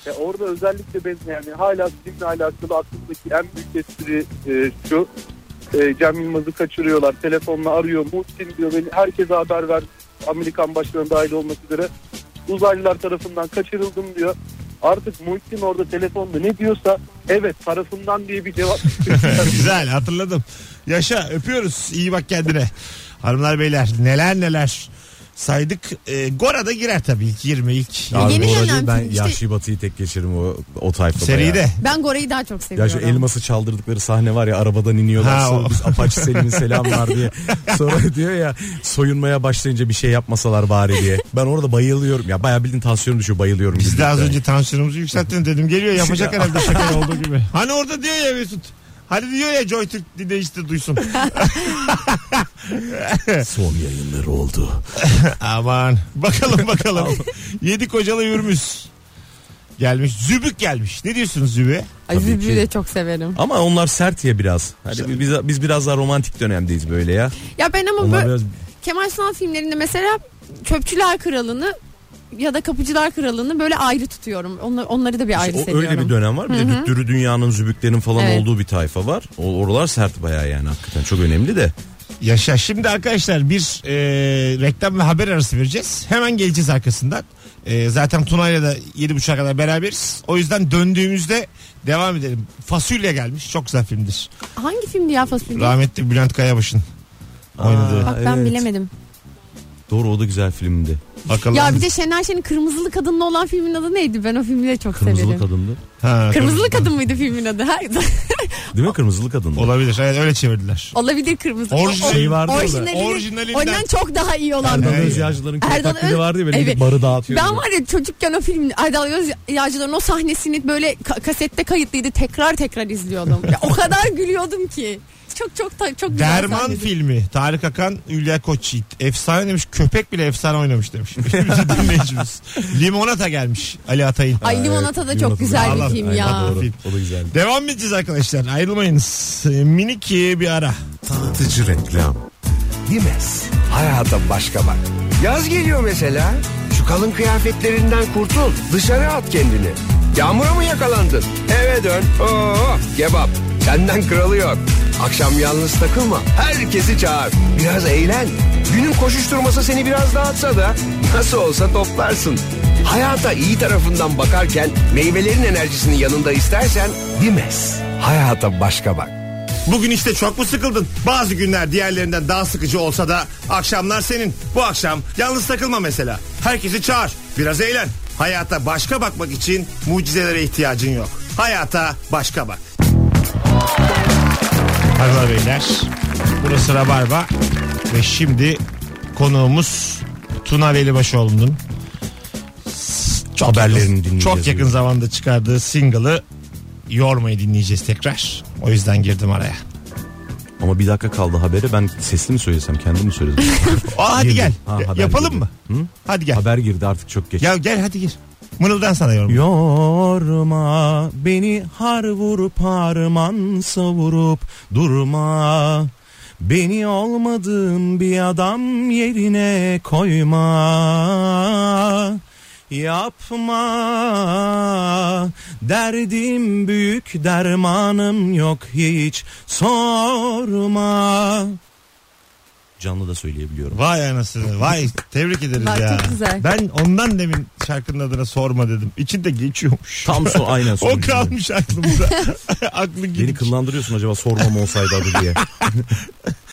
Speaker 5: Ya orada özellikle ben yani hala sizinle alakalı aklımdaki en büyük espri e, şu. E, Cem Yılmaz'ı kaçırıyorlar. Telefonla arıyor. Muhsin diyor beni. Herkese haber ver. Amerikan başkanı dahil olmak üzere. Uzaylılar tarafından kaçırıldım diyor. Artık Muhsin orada telefonda ne diyorsa evet tarafından diye bir cevap.
Speaker 2: *laughs* Güzel hatırladım. Yaşa öpüyoruz. İyi bak kendine. Hanımlar beyler neler neler saydık. E, Gora da girer tabii ilk 20 ilk.
Speaker 3: Ya,
Speaker 4: Abi
Speaker 3: Yeni
Speaker 4: bu arada
Speaker 3: gelen
Speaker 4: ben
Speaker 3: film işte-
Speaker 4: Yahşi Batı'yı tek geçerim o, o tayfada ya.
Speaker 2: Seride.
Speaker 3: Ben Gora'yı daha çok
Speaker 4: Ya
Speaker 3: seviyorum.
Speaker 4: şu elması çaldırdıkları sahne var ya arabadan iniyorlar
Speaker 2: Ha,
Speaker 4: sonra
Speaker 2: o.
Speaker 4: biz Apache Selim'in selamlar
Speaker 2: *laughs*
Speaker 4: diye. Sonra diyor ya soyunmaya başlayınca bir şey yapmasalar bari diye. Ben orada bayılıyorum ya bayağı bildiğin tansiyonum düşüyor bayılıyorum.
Speaker 2: Biz de az
Speaker 4: gülmekten.
Speaker 2: önce tansiyonumuzu yükselttin dedim. Geliyor yapacak herhalde *laughs* şaka olduğu gibi. Hani orada diyor ya Mesut. Hadi diyor ya Joy Türk dinle işte *laughs* duysun.
Speaker 4: Son yayınları oldu.
Speaker 2: Aman. Bakalım *laughs* bakalım. Yedi kocalı yürümüş. Gelmiş. Zübük gelmiş. Ne diyorsunuz Zübü?
Speaker 3: Ay,
Speaker 4: Tabii
Speaker 3: Zülfü'yü
Speaker 4: ki.
Speaker 3: de çok severim.
Speaker 4: Ama onlar sert ya biraz. Hani biz, biz biraz daha romantik dönemdeyiz böyle ya.
Speaker 3: Ya ben ama
Speaker 4: Onlar
Speaker 3: böyle
Speaker 4: biraz
Speaker 3: Kemal Sunal filmlerinde mesela Çöpçüler Kralı'nı ya da Kapıcılar Kralı'nı böyle ayrı tutuyorum. Onları, onları da bir ayrı
Speaker 4: şey, o
Speaker 3: seviyorum.
Speaker 4: öyle bir dönem var. Bir de düttürü dünyanın zübüklerin falan
Speaker 3: Evet.
Speaker 4: olduğu bir tayfa var. O, oralar sert bayağı yani hakikaten çok önemli de.
Speaker 2: Yaşa. Şimdi arkadaşlar bir e, reklam ve haber arası vereceğiz. Hemen geleceğiz arkasından. E, zaten Tuna'yla da 7.30'a kadar beraberiz. O yüzden döndüğümüzde devam edelim. Fasulye gelmiş. Çok güzel filmdir.
Speaker 3: Hangi filmdi ya fasulye?
Speaker 2: Rahmetli Bülent Kayabaş'ın. Oynadı.
Speaker 3: Bak ben
Speaker 4: evet.
Speaker 3: bilemedim.
Speaker 4: Doğru o da güzel filmdi.
Speaker 2: Bakalım.
Speaker 3: Ya bir de Şener Şen'in Kırmızılı Kadın'la olan filmin adı neydi? Ben o filmi de çok
Speaker 4: Kırmızılı
Speaker 3: severim.
Speaker 4: kadındı.
Speaker 2: Ha,
Speaker 3: Kırmızılı Kadın mıydı filmin adı? Ha, *laughs*
Speaker 4: Değil mi kırmızılı kadındı?
Speaker 2: Olabilir. Evet öyle çevirdiler.
Speaker 3: Olabilir kırmızı.
Speaker 2: Orijinali
Speaker 4: Şey vardı ya da-
Speaker 3: orijinali-
Speaker 2: Orijinalinden.
Speaker 3: Ondan çok daha iyi olan.
Speaker 4: Erdal
Speaker 2: Evet.
Speaker 4: Özyağcılar'ın köy
Speaker 3: Erdal
Speaker 4: taklidi
Speaker 3: Öz-
Speaker 4: vardı ya böyle
Speaker 3: Evet.
Speaker 4: gidip barı dağıtıyor.
Speaker 3: Ben var ya çocukken o film Erdal Öz- Yağcılar'ın o sahnesini böyle ka- kasette kayıtlıydı. Tekrar tekrar izliyordum. Ya o kadar gülüyordum ki. Çok çok ta- çok güzel
Speaker 2: Derman
Speaker 3: sahneydi.
Speaker 2: filmi. Tarık Akan, Hülya Koçyiğit. Efsane demiş. Köpek bile efsane oynamış demiş. *laughs* Bizim dinleyicimiz. Limonata gelmiş Ali Atay'ın.
Speaker 3: Ay Limonata
Speaker 4: Ee,
Speaker 3: da çok güzel bir
Speaker 2: Allah-
Speaker 3: film
Speaker 2: Ay,
Speaker 3: ya.
Speaker 2: doğru.
Speaker 4: O da güzel.
Speaker 2: Devam edeceğiz arkadaşlar. Ayrılmayınız. Ee, Minik e, bir ara.
Speaker 6: Tanıtıcı reklam.
Speaker 7: Dimes. Hayata başka bak. Yaz geliyor mesela. Şu kalın kıyafetlerinden kurtul. Dışarı at kendini. Yağmura mı yakalandın? Eve dön. Oo, kebap. Senden kralı yok. Akşam yalnız takılma. Herkesi çağır. Biraz eğlen. Günün koşuşturması seni biraz dağıtsa da nasıl olsa toplarsın. Hayata iyi tarafından bakarken meyvelerin enerjisini yanında istersen Dimes. Hayata başka bak.
Speaker 2: Bugün işte çok mu sıkıldın? Bazı günler diğerlerinden daha sıkıcı olsa da akşamlar senin. Bu akşam yalnız takılma mesela. Herkesi çağır. Biraz eğlen. Hayata başka bakmak için mucizelere ihtiyacın yok. Hayata başka bak. Merhaba beyler. Burası Rabarba. Ve şimdi konuğumuz Tuna Velibaşoğlu'nun çok
Speaker 4: Haberlerini
Speaker 2: yakın-
Speaker 4: dinleyeceğiz
Speaker 2: Çok yakın
Speaker 4: bugün.
Speaker 2: zamanda çıkardığı single'ı Yormayı dinleyeceğiz tekrar. O yüzden girdim araya.
Speaker 4: Ama bir dakika kaldı habere ben sesli mi söylesem kendim mi söylesem?
Speaker 2: Aa hadi
Speaker 4: Girdi.
Speaker 2: *laughs* gel.
Speaker 4: Ha,
Speaker 2: Ya-
Speaker 4: haber
Speaker 2: Yapalım
Speaker 4: girdi.
Speaker 2: mı? Hadi gel.
Speaker 4: Haber girdi artık çok geç.
Speaker 2: Ya gel hadi gir. Mırıldan sana yorum.
Speaker 4: Yorma beni har vurup harman savurup durma. Beni olmadığım bir adam yerine koyma. Yapma derdim büyük dermanım yok hiç sorma. Canlı da söyleyebiliyorum.
Speaker 2: Vay anasını vay tebrik ederiz
Speaker 3: Bak,
Speaker 2: ya.
Speaker 3: çok güzel.
Speaker 2: Ben ondan demin şarkının adına sorma dedim. İçinde geçiyormuş.
Speaker 4: Tam so aynen
Speaker 2: o
Speaker 4: sonucu.
Speaker 2: kalmış aklımda. *laughs* Aklı
Speaker 4: Beni
Speaker 2: gitmiş.
Speaker 4: kıllandırıyorsun acaba sormam olsaydı adı diye.